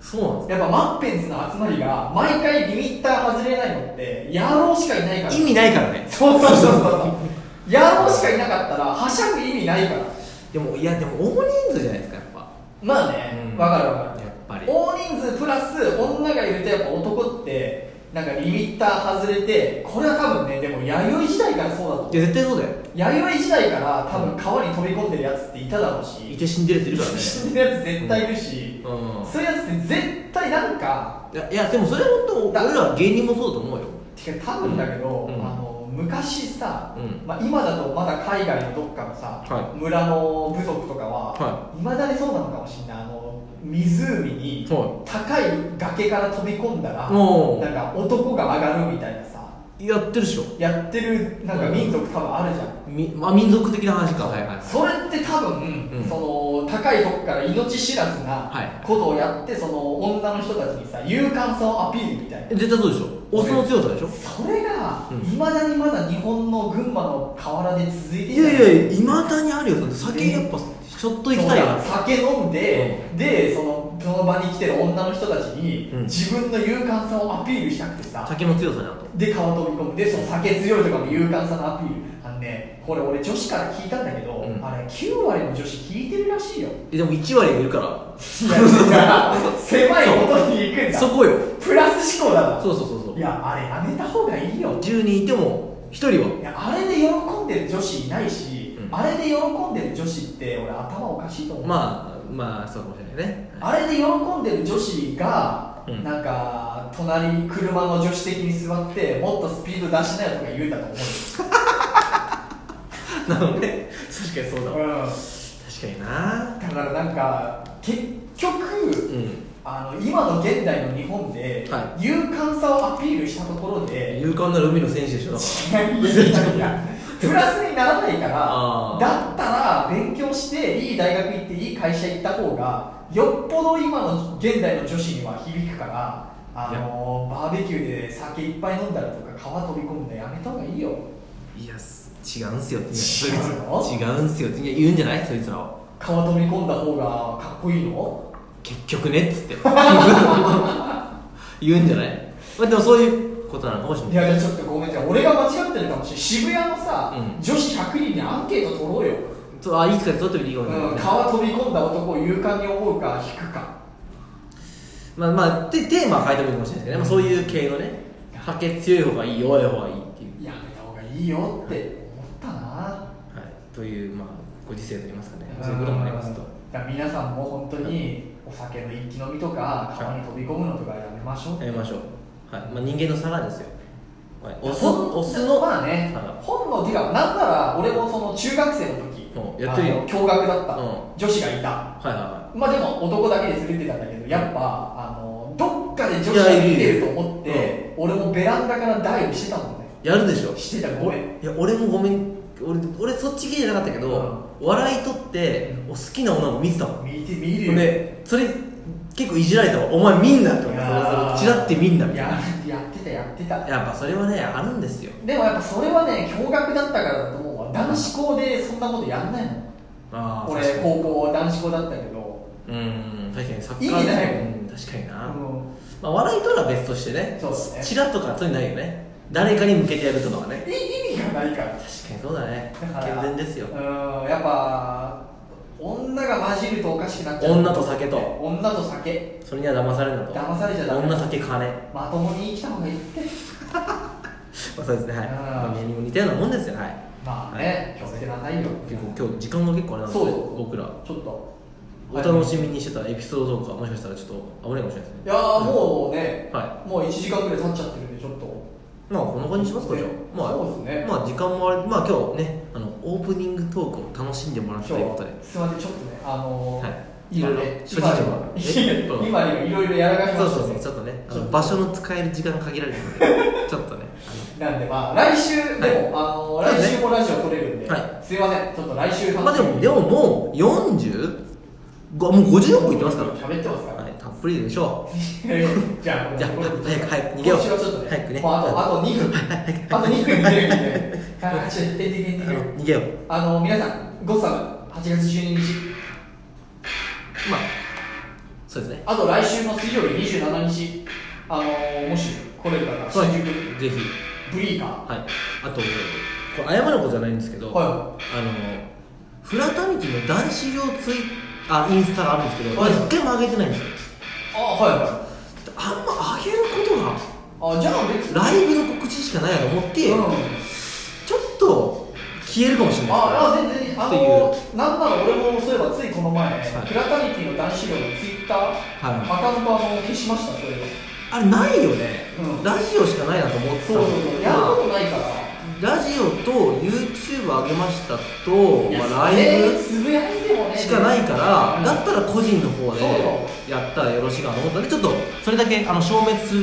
[SPEAKER 4] そうなんで
[SPEAKER 3] やっぱマッペンズの集まりが毎回リミッター外れないのって野郎しかいないから
[SPEAKER 4] す意味ないからね
[SPEAKER 3] そうそうそうそうそう野郎しかいなかったらはしゃぐ意味ないから
[SPEAKER 4] でもいやでも大人数じゃないですかやっぱ
[SPEAKER 3] まあ
[SPEAKER 4] う
[SPEAKER 3] ね
[SPEAKER 4] ん
[SPEAKER 3] わ、かるわか
[SPEAKER 4] やっぱり
[SPEAKER 3] る大人数プラス女がいるとやっぱ男ってなんかリミッター外れてこれは多分ねでも弥生時代からそうだと思う
[SPEAKER 4] いや絶対そうだよ
[SPEAKER 3] 弥生時代から多分川に飛び込んでるやつっていただろう
[SPEAKER 4] い
[SPEAKER 3] して
[SPEAKER 4] 死んでるやついるからね
[SPEAKER 3] 死んでるやつ絶対いるし、
[SPEAKER 4] うん
[SPEAKER 3] そういうやつって絶対なんか
[SPEAKER 4] いやいやでもそれ本当
[SPEAKER 3] だ
[SPEAKER 4] 俺ら芸人もそうだと思うよ
[SPEAKER 3] てか多分だけど、
[SPEAKER 4] うん
[SPEAKER 3] あの昔さ、
[SPEAKER 4] うん
[SPEAKER 3] まあ、今だとまだ海外のどっかのさ、
[SPEAKER 4] は
[SPEAKER 3] 村の部族とかは
[SPEAKER 4] はい
[SPEAKER 3] まだにそうなのかもしれないあの湖に
[SPEAKER 4] は
[SPEAKER 3] 高い崖から飛び込んだら、
[SPEAKER 4] おう
[SPEAKER 3] なんか男が上がるみたいなさ
[SPEAKER 4] やってるでしょ
[SPEAKER 3] やってるなんか民族多分あるじゃん、
[SPEAKER 4] み、まあ、民族的な話かはいはい
[SPEAKER 3] それって多分、
[SPEAKER 4] うん
[SPEAKER 3] その高いとこから命知らず
[SPEAKER 4] は
[SPEAKER 3] ないことをやって、その女の人たちにさ勇敢さをアピールみたいな
[SPEAKER 4] 絶対そうでしょオスの強さでしょ
[SPEAKER 3] それが
[SPEAKER 4] うん
[SPEAKER 3] いま、未だにまだ日本の群馬の河原で続いてい
[SPEAKER 4] いやいやいまだにあるよだって酒やっぱちょっと行きたい
[SPEAKER 3] そう
[SPEAKER 4] よ
[SPEAKER 3] だ酒飲んで、でそのその場に来てる女の人たちに、
[SPEAKER 4] うん
[SPEAKER 3] 自分の勇敢さをアピールしたくてさ
[SPEAKER 4] 酒の強さになと
[SPEAKER 3] で川飛び込むでその酒強いとかの勇敢さのアピールあのねこれ俺女子から聞いたんだけど、
[SPEAKER 4] うん
[SPEAKER 3] あれ9割の女子聞いてる らしいよ
[SPEAKER 4] えでも1割いるから
[SPEAKER 3] いやだから 狭いことに行くんだ
[SPEAKER 4] そこよ
[SPEAKER 3] プラス思考だな
[SPEAKER 4] そうそうそうそう
[SPEAKER 3] いやあれやめた方がいいよ
[SPEAKER 4] 10人いても1人はい
[SPEAKER 3] やあれで喜んでる女子いないし、
[SPEAKER 4] うん
[SPEAKER 3] あれで喜んでる女子って俺頭おかしいと思う、
[SPEAKER 4] まあまあそうかもしれないね
[SPEAKER 3] あれで喜んでる女子が、
[SPEAKER 4] うん
[SPEAKER 3] なんか隣車の助手席に座ってもっとスピード出しなよとか言うんだと思うよ
[SPEAKER 4] なので確かにそうだわ
[SPEAKER 3] う、
[SPEAKER 4] 確かになん
[SPEAKER 3] だからなんか結
[SPEAKER 4] う
[SPEAKER 3] 局
[SPEAKER 4] ん
[SPEAKER 3] あの今の現代の日本で、
[SPEAKER 4] は
[SPEAKER 3] 勇敢さをアピールしたところで、
[SPEAKER 4] 勇敢なる海の選手でしょ
[SPEAKER 3] いやいやいやいやプラスにならないから
[SPEAKER 4] あー
[SPEAKER 3] だったら勉強していい大学行っていい会社行った方がよっぽど今の現代の女子には響くからあのバーベキューで酒いっぱい飲んだりとか川飛び込むのやめた方がいいよ
[SPEAKER 4] いやす違うんすよって
[SPEAKER 3] 違うの
[SPEAKER 4] 違うんすよっていや言うんじゃないそいつらは
[SPEAKER 3] 川飛び込んだ方がかっこいいの
[SPEAKER 4] 結局ねっつって 言うんじゃない、まあ、でもそういうことなのかもしれ
[SPEAKER 3] い
[SPEAKER 4] ない
[SPEAKER 3] やじゃあちょっとごめんじゃあ俺が間違ってるかもしれない渋谷のさ、
[SPEAKER 4] うん
[SPEAKER 3] 女子100人にアンケート取ろうよ、
[SPEAKER 4] そうあいつから取ってみていいかもしれない、
[SPEAKER 3] うん、川飛び込んだ男を勇敢に思うか引くか
[SPEAKER 4] まあまあでテーマは変えてもいいかもしれないですけどね、まあ、そういう系のね酒強い方がいい弱い方がいいっていう、
[SPEAKER 3] やめた方がいいよって思ったな
[SPEAKER 4] はい、というまあご時世といいますかねそういうこともありますと
[SPEAKER 3] だから皆さんも本当にお酒の一気飲みとか川に飛び込むのとかやめましょう
[SPEAKER 4] やりましょう、はいまあ、人間の差がですよ、はい、オス
[SPEAKER 3] 本
[SPEAKER 4] オスの
[SPEAKER 3] まあね
[SPEAKER 4] はい
[SPEAKER 3] 本のてかなんなら俺もその中学生の時
[SPEAKER 4] うんやってるよ
[SPEAKER 3] あの驚愕だった、
[SPEAKER 4] うん
[SPEAKER 3] 女子がいた
[SPEAKER 4] はいは
[SPEAKER 3] まあでも男だけで滑ってたんだけどやっぱあのどっかで女子
[SPEAKER 4] い
[SPEAKER 3] が
[SPEAKER 4] やいる
[SPEAKER 3] 見
[SPEAKER 4] い
[SPEAKER 3] て
[SPEAKER 4] る
[SPEAKER 3] ると思って
[SPEAKER 4] いる
[SPEAKER 3] 俺もベランダからダイブしてたもんね
[SPEAKER 4] いやるでしょ
[SPEAKER 3] してたごめん
[SPEAKER 4] いや俺もごめん俺俺そっち系じゃなかったけど、笑いとってお好きな女の子見てたもん
[SPEAKER 3] 見て見るよ
[SPEAKER 4] でそれ結構いじられたわお前見んなって思っ
[SPEAKER 3] い
[SPEAKER 4] た
[SPEAKER 3] やー
[SPEAKER 4] それそれチラって見んなみたい
[SPEAKER 3] や
[SPEAKER 4] な
[SPEAKER 3] やってたやってた
[SPEAKER 4] やっぱそれはねあるんですよ
[SPEAKER 3] でもやっぱそれはね驚愕だったからだと思うわ男子校でそんなことやんないもん
[SPEAKER 4] あ
[SPEAKER 3] 俺
[SPEAKER 4] 確かに
[SPEAKER 3] 高校男子校だったけど
[SPEAKER 4] うん確かにサッカー
[SPEAKER 3] 意味ないもん
[SPEAKER 4] うん確かにな、
[SPEAKER 3] あの
[SPEAKER 4] まあ、笑いとは別としてね
[SPEAKER 3] そうですね
[SPEAKER 4] チラとかそういうのないよね誰かに向けてやるとかはね
[SPEAKER 3] い意味がないから
[SPEAKER 4] 確かにそうだね
[SPEAKER 3] だから
[SPEAKER 4] 健全ですよ
[SPEAKER 3] うんやっぱ女が混じるとおかしくなっちゃう
[SPEAKER 4] 女と酒と
[SPEAKER 3] 女と酒
[SPEAKER 4] それには騙されるなと
[SPEAKER 3] 騙されちゃダメ
[SPEAKER 4] 女酒金
[SPEAKER 3] まともに生きた方がいいって
[SPEAKER 4] まあ、そうですね、はい。
[SPEAKER 3] うん
[SPEAKER 4] まあ、芸人も似たようなもんですよ、はい。
[SPEAKER 3] まあね、気をつけなさいよ
[SPEAKER 4] 結構、今日時間が結構あれなんで
[SPEAKER 3] そう
[SPEAKER 4] ね
[SPEAKER 3] よ、
[SPEAKER 4] 僕ら。
[SPEAKER 3] ちょっと
[SPEAKER 4] お楽しみにしてたエピソードとか、もしかしたらちょっと危ないかもしれないですね。
[SPEAKER 3] いやーもうね、
[SPEAKER 4] は
[SPEAKER 3] もう1時間ぐらい経っちゃってるんでちょっと
[SPEAKER 4] まあ、こんな感じにしますか、じゃあ。まあ、
[SPEAKER 3] そうですね
[SPEAKER 4] まあ、時間もあれ、まあ、今日ね、あの、オープニングトークを楽しんでもらったということで。
[SPEAKER 3] すいませんちょっとねあのー
[SPEAKER 4] はい
[SPEAKER 3] 今ね
[SPEAKER 4] 諸事情が
[SPEAKER 3] 今
[SPEAKER 4] え
[SPEAKER 3] ね今ねいろいろやらかしま
[SPEAKER 4] そう
[SPEAKER 3] した
[SPEAKER 4] そう
[SPEAKER 3] ね
[SPEAKER 4] そう、ちょっとね、あ
[SPEAKER 3] ちょっ
[SPEAKER 4] の
[SPEAKER 3] と
[SPEAKER 4] 場所の使える時間が限られてるので、ちょっとね、
[SPEAKER 3] なんでまあ来週でも、
[SPEAKER 4] はい
[SPEAKER 3] あ
[SPEAKER 4] そ
[SPEAKER 3] の
[SPEAKER 4] う
[SPEAKER 3] 来
[SPEAKER 4] ですね
[SPEAKER 3] 週もラジオ撮れるんで、
[SPEAKER 4] は
[SPEAKER 3] すいませんちょっと来週
[SPEAKER 4] あのまあ、
[SPEAKER 3] 楽
[SPEAKER 4] で
[SPEAKER 3] しみ
[SPEAKER 4] も、でももう40、ごもう56分いってますから。
[SPEAKER 3] 喋ってますから、
[SPEAKER 4] はい、たっぷりでしょう。
[SPEAKER 3] じゃあ
[SPEAKER 4] じゃあ、
[SPEAKER 3] もう
[SPEAKER 4] 早く、早く逃げよう。
[SPEAKER 3] 今週はちょっとね
[SPEAKER 4] 早くね。
[SPEAKER 3] もうあとあと2分あと2分逃げるんであーちょっと行って行って行って行って
[SPEAKER 4] 逃げよう。
[SPEAKER 3] あの皆さんゴッサム8月12日
[SPEAKER 4] まあ、そうですね。
[SPEAKER 3] あと来週の水曜日27日あのもし来れる方
[SPEAKER 4] はい
[SPEAKER 3] 新宿、
[SPEAKER 4] ぜひ。
[SPEAKER 3] ブリーカ
[SPEAKER 4] はい。あと、これ謝ることじゃないんですけど、
[SPEAKER 3] はい
[SPEAKER 4] あの、フラタニティの男子用ツイあ、インスタがあるんですけど、
[SPEAKER 3] はい
[SPEAKER 4] まだ一回も上げてないんですよ。
[SPEAKER 3] ーあはいはい
[SPEAKER 4] あんま上げることが
[SPEAKER 3] あじゃあ別に
[SPEAKER 4] ライブの告知しかないやと思って、
[SPEAKER 3] うん
[SPEAKER 4] ちょっと消えるかもしれない
[SPEAKER 3] ああ全然あ
[SPEAKER 4] っていう
[SPEAKER 3] のなんなら俺もそういえばついこの前、クラタニティの男子寮のツイッター、
[SPEAKER 4] はい
[SPEAKER 3] アカウントあの消しましたそれを
[SPEAKER 4] あれないよね、
[SPEAKER 3] うん
[SPEAKER 4] ラジオしかないなと思ってた
[SPEAKER 3] そうそうそうやることないから
[SPEAKER 4] ラジオと YouTube 上げましたと、
[SPEAKER 3] いや
[SPEAKER 4] まあ、ライ
[SPEAKER 3] えー
[SPEAKER 4] ブ
[SPEAKER 3] つぶやいてもね
[SPEAKER 4] しかないから、
[SPEAKER 3] うん
[SPEAKER 4] だったら個人の方
[SPEAKER 3] そう
[SPEAKER 4] でやったらよろしいかなと思ったんでちょっとそれだけあの消滅する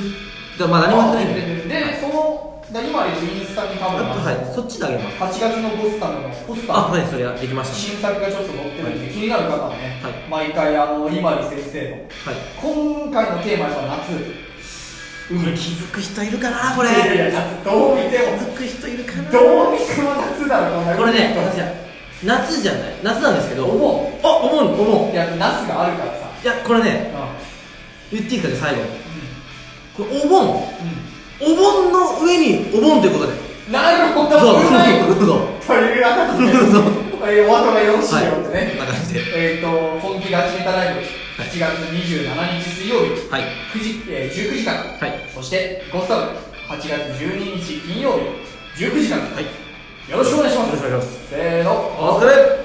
[SPEAKER 4] だからまあ何もやってないんで
[SPEAKER 3] で、そのだ今で言うインスタに多分
[SPEAKER 4] あとはいそっちであげます
[SPEAKER 3] 8月のボスタムのポスタ
[SPEAKER 4] あ
[SPEAKER 3] ー
[SPEAKER 4] はい
[SPEAKER 3] の
[SPEAKER 4] それはできまし
[SPEAKER 3] 新作がちょっと載ってるんで、気になる方はね、
[SPEAKER 4] はい
[SPEAKER 3] 毎回あの今里先生の
[SPEAKER 4] たはい
[SPEAKER 3] 今回のテーマはやっぱ夏
[SPEAKER 4] これ気づく人いるかなこ
[SPEAKER 3] こ
[SPEAKER 4] れ
[SPEAKER 3] いやいや夏どう見て
[SPEAKER 4] 気
[SPEAKER 3] も
[SPEAKER 4] づく人いるかな
[SPEAKER 3] どう見ても夏だろうな
[SPEAKER 4] これね
[SPEAKER 3] と
[SPEAKER 4] 夏じゃ夏じゃない夏なんですけど
[SPEAKER 3] 思
[SPEAKER 4] あ思う思
[SPEAKER 3] う
[SPEAKER 4] う
[SPEAKER 3] いや夏があるからさ
[SPEAKER 4] いやこれね
[SPEAKER 3] う
[SPEAKER 4] 言っていいかで最後これお盆
[SPEAKER 3] んうん
[SPEAKER 4] お盆の上にお盆ということで
[SPEAKER 3] なるほど
[SPEAKER 4] そう
[SPEAKER 3] うまい
[SPEAKER 4] そうそう
[SPEAKER 3] トリグラー
[SPEAKER 4] そう
[SPEAKER 3] えーお後がよろしいよってね、
[SPEAKER 4] こんな感じで
[SPEAKER 3] えー、と本気が始めたライブ
[SPEAKER 4] はい
[SPEAKER 3] 7月27日水曜日
[SPEAKER 4] はい
[SPEAKER 3] 9時、えー、19時から、
[SPEAKER 4] はい
[SPEAKER 3] そしてゴスタブ8月12日金曜日19時から、
[SPEAKER 4] はい
[SPEAKER 3] よろしくお願いします
[SPEAKER 4] よろしくお願いします
[SPEAKER 3] せーの
[SPEAKER 4] お疲れ